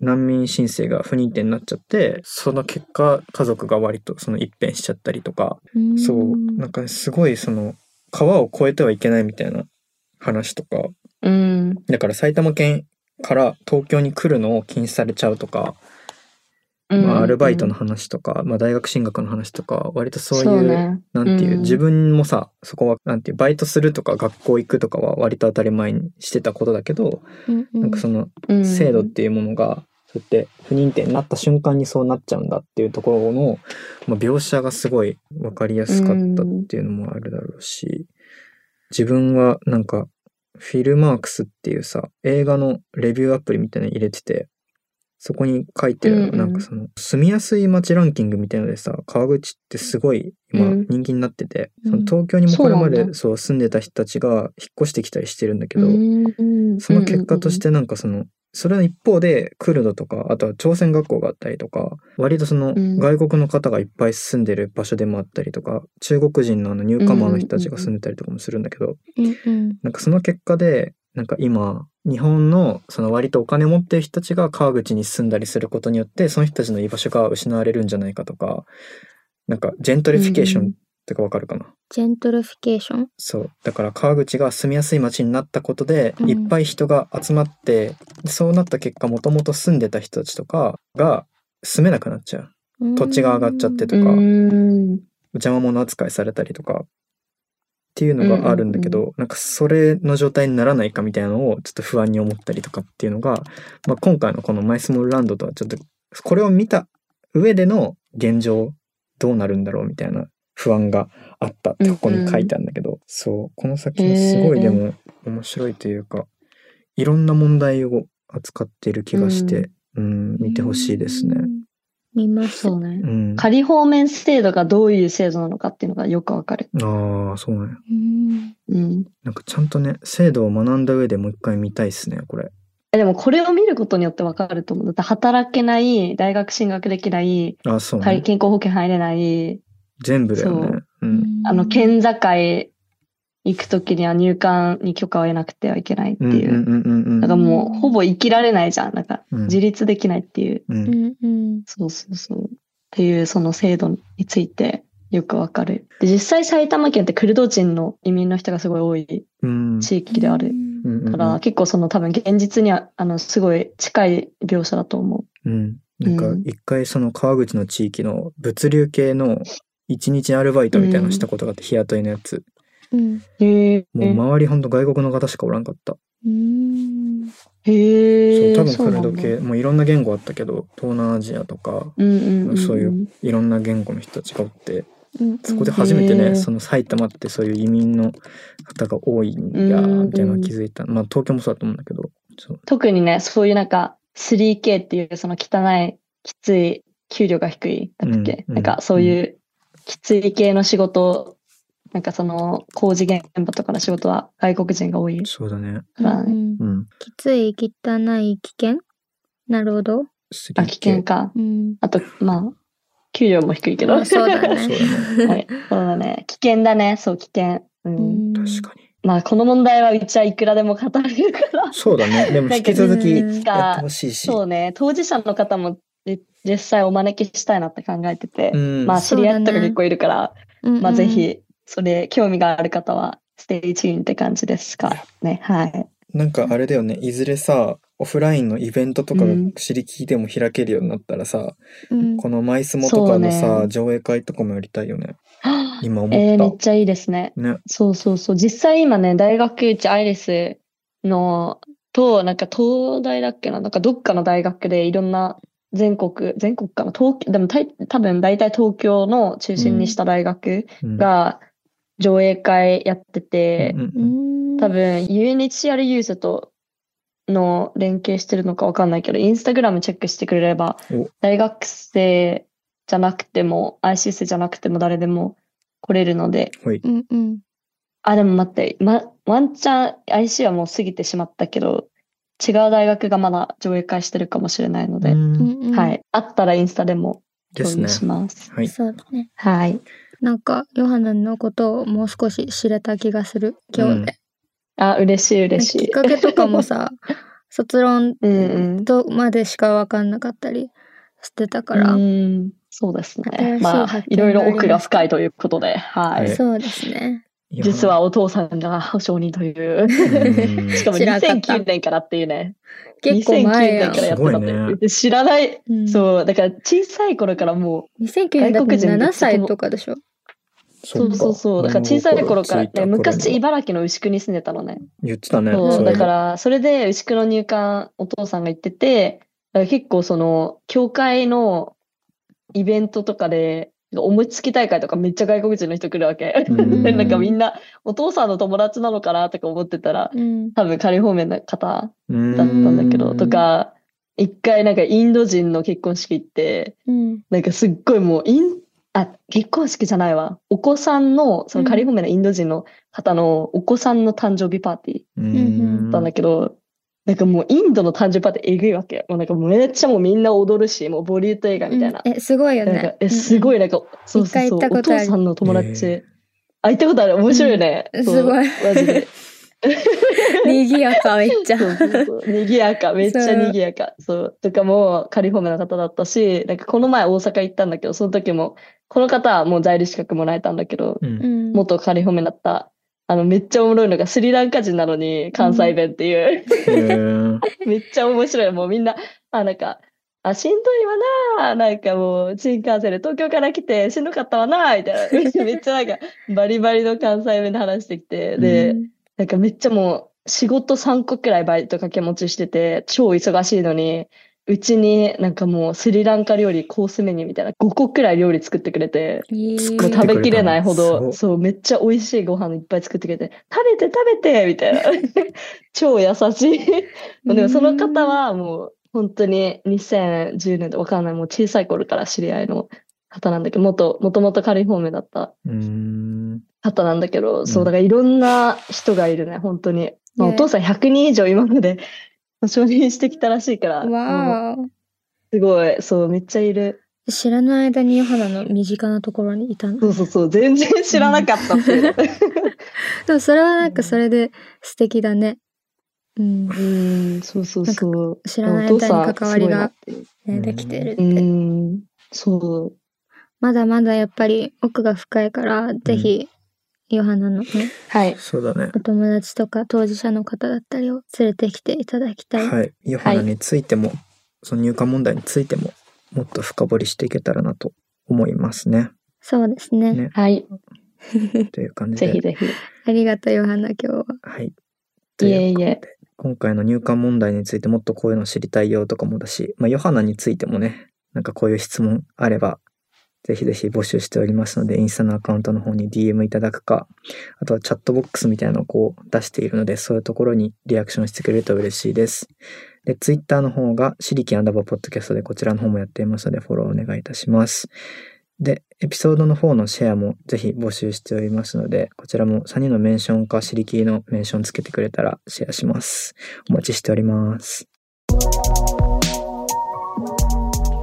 [SPEAKER 3] 難民申請が不認定になっちゃって、その結果、家族が割とその一変しちゃったりとか、
[SPEAKER 1] うん
[SPEAKER 3] そう、なんかねすごいその、川を越えてはいけないみたいな話とか、
[SPEAKER 2] うん。
[SPEAKER 3] だから埼玉県から東京に来るのを禁止されちゃうとか、
[SPEAKER 2] うん
[SPEAKER 3] まあ、アルバイトの話とか、まあ、大学進学の話とか割とそういう
[SPEAKER 2] そうね
[SPEAKER 3] なんてい
[SPEAKER 2] う
[SPEAKER 3] う、
[SPEAKER 2] ん
[SPEAKER 3] 自分もさそこはなんていうバイトするとか学校行くとかは割と当たり前にしてたことだけど、
[SPEAKER 1] うんうん
[SPEAKER 3] なんかその
[SPEAKER 2] うん
[SPEAKER 3] 制度っていうものが、そうやって不認定になった瞬間にそうなっちゃうんだっていうところの、まあ、描写がすごい分かりやすかったっていうのもあるだろうし、自分はなんかフィルマークスっていうさ映画のレビューアプリみたいなの入れててそこに書いてるの、
[SPEAKER 2] うんうん
[SPEAKER 3] なんかその住みやすい街ランキングみたいのでさ川口ってすごい今
[SPEAKER 2] うん
[SPEAKER 3] 人気になってて、
[SPEAKER 1] うん
[SPEAKER 3] その東京にもこれま
[SPEAKER 2] そうな
[SPEAKER 3] で
[SPEAKER 2] んだ
[SPEAKER 3] そう住んでた人たちが引っ越してきたりしてるんだけど、
[SPEAKER 2] うん
[SPEAKER 3] その結果とし、てなんかその、それの一方でクルドとか、あとは朝鮮学校があったりとか、割とその
[SPEAKER 2] うん
[SPEAKER 3] 外国の方がいっぱい住んでる場所でもあったりとか、中国人のあのニューカマーの人たちが住んでたりとかもするんだけど、
[SPEAKER 1] うんうん
[SPEAKER 3] なんかその結果で、なんか今、日本のその割とお金持ってる人たちが川口に住んだりすることによって、その人たちの居場所が失われるんじゃないかとか、なんかジェントリフィケーションとかわかるかな、
[SPEAKER 1] ジェントルフィケーション
[SPEAKER 3] そう。だから川口が住みやすい街になったことで、
[SPEAKER 1] うん
[SPEAKER 3] いっぱい人が集まって、そうなった結果、もともと住んでた人たちとかが住めなくなっちゃう。土地が上がっちゃってとか
[SPEAKER 2] うん。
[SPEAKER 3] 邪魔者扱いされたりとかっていうのがあるんだけど、
[SPEAKER 2] う
[SPEAKER 3] なんかそれの状態にならないかみたいなのをちょっと不安に思ったりとかっていうのが、まあ、今回のこの「マイスモールランド」とはちょっとこれを見た上での現状どうなるんだろうみたいな不安があったってここに書いてあるんだけど、そうこの先もすごい
[SPEAKER 2] へー
[SPEAKER 3] でも面白いというか、いろんな問題を扱っている気がして、うん、見てほしいですね。
[SPEAKER 1] うん。見ます。
[SPEAKER 2] そうね
[SPEAKER 3] う。ん、あ
[SPEAKER 2] 仮放免制度がどういう制度なのかっていうのがよくわかる。
[SPEAKER 3] あそうなんや
[SPEAKER 1] うん
[SPEAKER 2] うん。
[SPEAKER 3] なんかちゃんとね、制度を学んだ上でもう一回見たいっすね、これ。
[SPEAKER 2] えでもこれを見ることによってわかると思う。だって働けない、大学進学できない、
[SPEAKER 3] あ、そうね。
[SPEAKER 2] はい健康保険入れない、
[SPEAKER 3] 全部だよ
[SPEAKER 2] そ
[SPEAKER 3] ね。うん。
[SPEAKER 2] あの、県境行くときには入管に許可を得なくてはいけないって
[SPEAKER 3] うん
[SPEAKER 2] いう。
[SPEAKER 3] うんうん
[SPEAKER 2] だからもう、ほぼ生きられないじゃん。なんか、
[SPEAKER 3] うん
[SPEAKER 2] 自立できないっていう。
[SPEAKER 3] うん。う
[SPEAKER 1] うんんうん
[SPEAKER 2] そうそうそう。っていう、その制度についてよくわかる。で、実際埼玉県ってクルド人の移民の人がすごい多い
[SPEAKER 3] うん。
[SPEAKER 2] 地域である。
[SPEAKER 3] うんうんうん
[SPEAKER 2] から、結構その多分現実には、あの、すごい近い描写だと思
[SPEAKER 3] うん。なんか
[SPEAKER 2] うん
[SPEAKER 3] 一回その川口の地域の物流系の一日アルバイトみたいなのしたことがあって、日雇いのやつ。
[SPEAKER 1] うん
[SPEAKER 2] う。へえ。
[SPEAKER 3] もう周りほんと外国の方しかおらんかった。
[SPEAKER 1] うん
[SPEAKER 2] へえ。
[SPEAKER 3] そう、多分
[SPEAKER 2] そう
[SPEAKER 3] ク
[SPEAKER 2] な
[SPEAKER 3] ル
[SPEAKER 2] んだ
[SPEAKER 3] ド系、もういろんな言語あったけど、東南アジアとか、
[SPEAKER 2] うんうんうん。
[SPEAKER 3] そういう。いろんな言語の人たちがおって、
[SPEAKER 1] うん
[SPEAKER 3] そこで初めて
[SPEAKER 2] へ
[SPEAKER 3] ね、
[SPEAKER 2] ー
[SPEAKER 3] その埼玉ってそういう移民の方が多いんや
[SPEAKER 2] うんうん
[SPEAKER 3] みたいなの気づいた。まあ東京もそうだと思うんだけど、そう。
[SPEAKER 2] 特にね、そういうなんか、3K っていうその汚い、きつい、給料が低い、だっけ、
[SPEAKER 3] うん
[SPEAKER 2] なんかそういうきつい系の仕事、なんかその工事現場とかの仕事は外国人が多い。
[SPEAKER 3] そうだね。
[SPEAKER 2] から
[SPEAKER 1] う
[SPEAKER 2] ね
[SPEAKER 1] ん
[SPEAKER 3] うん。
[SPEAKER 1] きつい、汚い、危険なるほど。
[SPEAKER 3] す
[SPEAKER 2] あ、危険か。
[SPEAKER 1] うん。
[SPEAKER 2] あと、まあ、給料も低いけど。
[SPEAKER 1] あそうだね
[SPEAKER 3] そ うだね。
[SPEAKER 2] はい、そうだね。危険だね。そう、危険。うん。
[SPEAKER 3] 確かに。
[SPEAKER 2] まあ、この問題はうちはいくらでも語れる から。
[SPEAKER 3] そうだね。でも引き続
[SPEAKER 1] な
[SPEAKER 3] き
[SPEAKER 1] んか
[SPEAKER 2] うん
[SPEAKER 3] やってほしいし。
[SPEAKER 2] そうね。当事者の方もじ実際お招きしたいなって考えてて。
[SPEAKER 3] うん。
[SPEAKER 2] まあ、知り合い
[SPEAKER 1] そうだ
[SPEAKER 2] とか
[SPEAKER 1] ね
[SPEAKER 2] 結構いるから、
[SPEAKER 1] に
[SPEAKER 2] まあ、ぜ。ひ、それ、興味がある方は、ステイチューンって感じですかね。はい。
[SPEAKER 3] なんかあれだよね。いずれさ、オフラインのイベントとかが
[SPEAKER 2] うん
[SPEAKER 3] 知り聞いても開けるようになったらさ、
[SPEAKER 1] うん
[SPEAKER 3] このマイスモとかの
[SPEAKER 2] そう
[SPEAKER 3] さ、
[SPEAKER 2] ね
[SPEAKER 3] 上映会とかもやりたいよね。
[SPEAKER 2] え
[SPEAKER 3] 今思った。
[SPEAKER 2] ー、めっちゃいいですね。
[SPEAKER 3] ね。
[SPEAKER 2] そうそうそう。実際今ね、大学うちアイリスの、と、なんか東大だっけな、なんかどっかの大学でいろんな全国、全国かな、東京、でもたい多分大体東京の中心にした大学
[SPEAKER 3] うん
[SPEAKER 2] が上映会やってて、
[SPEAKER 3] うん
[SPEAKER 1] う
[SPEAKER 3] う
[SPEAKER 1] ん。
[SPEAKER 3] ん
[SPEAKER 2] 多分 UNHCR ユースとの連携してるのかわかんないけど、インスタグラムチェックしてくれれば
[SPEAKER 3] お、
[SPEAKER 2] 大学生じゃなくても、IC 生じゃなくても誰でも来れるので、
[SPEAKER 3] ほい。
[SPEAKER 1] うんうん。
[SPEAKER 2] あ、でも待って、ま、ワンチャン IC はもう過ぎてしまったけど、違う大学がまだ上映会してるかもしれないので、
[SPEAKER 3] うん
[SPEAKER 1] うんうん
[SPEAKER 2] は。い。あったらインスタでも
[SPEAKER 3] です
[SPEAKER 2] 共
[SPEAKER 3] ね
[SPEAKER 2] 有。します。
[SPEAKER 3] はい。
[SPEAKER 1] そうだね。
[SPEAKER 2] はい。
[SPEAKER 1] なんか、ヨハナンのことをもう少し知れた気がする、今日で。
[SPEAKER 2] あ、嬉しい嬉し
[SPEAKER 1] きっ
[SPEAKER 2] い。
[SPEAKER 1] かけとかもさ、卒論
[SPEAKER 2] うんうん。
[SPEAKER 1] とまでしかわかんなかったりしてたから
[SPEAKER 2] う。ん、そうですね
[SPEAKER 1] 新し。い
[SPEAKER 2] まあ
[SPEAKER 1] 発、見
[SPEAKER 2] いろいろ
[SPEAKER 1] がありました
[SPEAKER 2] 奥が深いということで、はい。
[SPEAKER 3] はい
[SPEAKER 1] そうですね。
[SPEAKER 2] 実はお父さんが保証人という。
[SPEAKER 3] うん
[SPEAKER 2] しかも
[SPEAKER 1] 知らなかった
[SPEAKER 2] 2009年からっていうね。
[SPEAKER 1] 結構前
[SPEAKER 2] 2009
[SPEAKER 1] やん
[SPEAKER 2] 年からやってたって
[SPEAKER 3] すごいね
[SPEAKER 2] いう。で知らない。
[SPEAKER 1] うん
[SPEAKER 2] そう、だから小さい頃からも
[SPEAKER 1] 2009年だっ
[SPEAKER 2] 外
[SPEAKER 1] て
[SPEAKER 2] 国人
[SPEAKER 1] 7歳とかでしょ。
[SPEAKER 2] う、そうそうそう、だから小さい頃からね、昔茨城の牛久に住んでたのね。
[SPEAKER 3] 言ってたね。
[SPEAKER 2] そうう、
[SPEAKER 1] いえば
[SPEAKER 2] だから、それで牛久の入管お父さんが行ってて、だから結構その、教会のイベントとかで、お餅つき大会とかめっちゃ外国人の人来るわけ。
[SPEAKER 3] うん
[SPEAKER 2] なんかみんな、お父さんの友達なのかなとか思ってたら、
[SPEAKER 1] うん。
[SPEAKER 2] 多分仮方面の方
[SPEAKER 3] だ
[SPEAKER 2] だったんだけ
[SPEAKER 1] う
[SPEAKER 2] ど、
[SPEAKER 1] ん
[SPEAKER 2] とか、一回なんかインド人の結婚式行って、
[SPEAKER 1] うん。
[SPEAKER 2] なんかすっごいもうイン、あ、結婚式じゃないわ。お子さんの、その仮方面のインド人の方のお子さんの誕生日パーティー
[SPEAKER 3] う
[SPEAKER 1] うん
[SPEAKER 2] だったんだけど、なんかもうインドの誕生日パーティーえぐいわけ。もうなんかめっちゃもうみんな踊るし、もうボリュート映画みたいな。
[SPEAKER 1] え、すごいよ
[SPEAKER 2] なんか
[SPEAKER 1] ね。、
[SPEAKER 2] え、すご
[SPEAKER 1] い。
[SPEAKER 2] いなんか、そうそうそう、
[SPEAKER 1] 一回行った
[SPEAKER 2] お
[SPEAKER 1] ことある
[SPEAKER 2] 父さんの友達。
[SPEAKER 3] え
[SPEAKER 2] あ、行ったことある。面白いよね。
[SPEAKER 1] うん
[SPEAKER 2] そう
[SPEAKER 1] すごい
[SPEAKER 2] マジで。
[SPEAKER 1] に賑やか、めっちゃ。
[SPEAKER 2] そうそうそう賑やか、めっちゃ賑やか。そう。とかも、カリフォルニアの方だったし、なんかこの前大阪行ったんだけど、その時も、この方はもう在留資格もらえたんだけど、
[SPEAKER 3] う。
[SPEAKER 1] うんん。
[SPEAKER 2] 元カリフォルニアだった、あの、めっちゃおもろいのが、スリランカ人なのに、関西弁っていう。
[SPEAKER 3] へー
[SPEAKER 2] めっちゃ面白い。もうみんな、あ、なんか、あ、しんどいわななんかもう、新幹線で東京から来て、しんどかったわなみたいな。めっちゃなんか、バリバリの関西弁で話してきて、で、
[SPEAKER 1] うん
[SPEAKER 2] なんかめっちゃもう仕事3個くらいバイト掛け持ちしてて超忙しいのにうちになんかもうスリランカ料理コースメニューみたいな5個くらい料理作ってくれて
[SPEAKER 1] いい
[SPEAKER 2] もう食べきれないほ
[SPEAKER 3] すご
[SPEAKER 2] ど
[SPEAKER 3] い
[SPEAKER 2] そうめっちゃ美味しいご飯いっぱい作ってくれて食べて食べてみたいな 超優し いでもその方はもう本当に2010年でわかんないもう小さい頃から知り合いの方なんだけど元もともとカリフォルニアだった
[SPEAKER 3] うん。
[SPEAKER 2] 方なんだけど、そうう、
[SPEAKER 3] ん
[SPEAKER 2] だからいろんな人がいるね、本当に。まあ、
[SPEAKER 1] ね
[SPEAKER 2] お父さん100人以上今まで 承認してきたらしいから、もう
[SPEAKER 1] わあ。
[SPEAKER 2] すごい、そう、めっちゃいる。
[SPEAKER 1] 知らない間にヨハナの身近なところにいたの。
[SPEAKER 2] そうそうそう、全然知らなかったっていう。
[SPEAKER 1] でもそれはなんかそれで素敵だね。うん。ね、
[SPEAKER 2] うん、そうそうそう。
[SPEAKER 1] 知らない
[SPEAKER 2] お父さん
[SPEAKER 1] 間に関わりが
[SPEAKER 2] すごいなって
[SPEAKER 3] うん
[SPEAKER 1] できてるっ
[SPEAKER 2] う
[SPEAKER 1] て。
[SPEAKER 2] ん、そう。
[SPEAKER 1] まだまだやっぱり奥が深いから、ぜひ、ヨハナのね、
[SPEAKER 2] はい。
[SPEAKER 3] そうだね。
[SPEAKER 1] お友達とか当事者の方だったりを連れてきていただきたい。
[SPEAKER 3] はい。ヨハナについても、その入管問題についても、もっと深掘りしていけたらなと思いますね。
[SPEAKER 1] そうですね。
[SPEAKER 3] ね
[SPEAKER 2] はい。
[SPEAKER 3] という感じ
[SPEAKER 2] ぜ
[SPEAKER 3] で。
[SPEAKER 2] ひぜひ。
[SPEAKER 1] ありがとう、ヨハナ、今日は。
[SPEAKER 3] はい。
[SPEAKER 2] いえいえ。
[SPEAKER 3] 今回の入管問題についてもっとこういうの知りたいよとかもだし、まあ、ヨハナについてもね、なんかこういう質問あれば、ぜひぜひ募集しておりますので、インスタのアカウントの方に DM いただくか、あとはチャットボックスみたいなのをこう出しているので、そういうところにリアクションしてくれると嬉しいです。で、Twitter の方が、シリキアンダーバーポッドキャストでこちらの方もやっていますので、フォローお願いいたします。で、エピソードの方のシェアもぜひ募集しておりますので、こちらも3人のメンションかシリキーのメンションつけてくれたらシェアします。お待ちしております。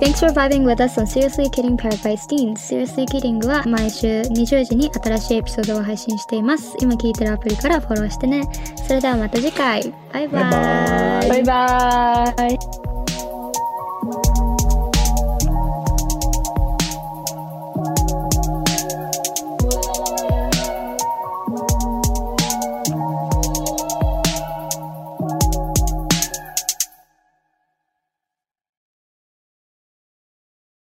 [SPEAKER 1] Thanks for vibing with us on Seriously Kidding Paradise Teens. Seriously Kidding は毎週20時に新しいエピソードを配信しています。今聞いてるアプリからフォローしてね。それではまた次回。バイバイ。
[SPEAKER 3] バイバイ
[SPEAKER 2] バイバーイ。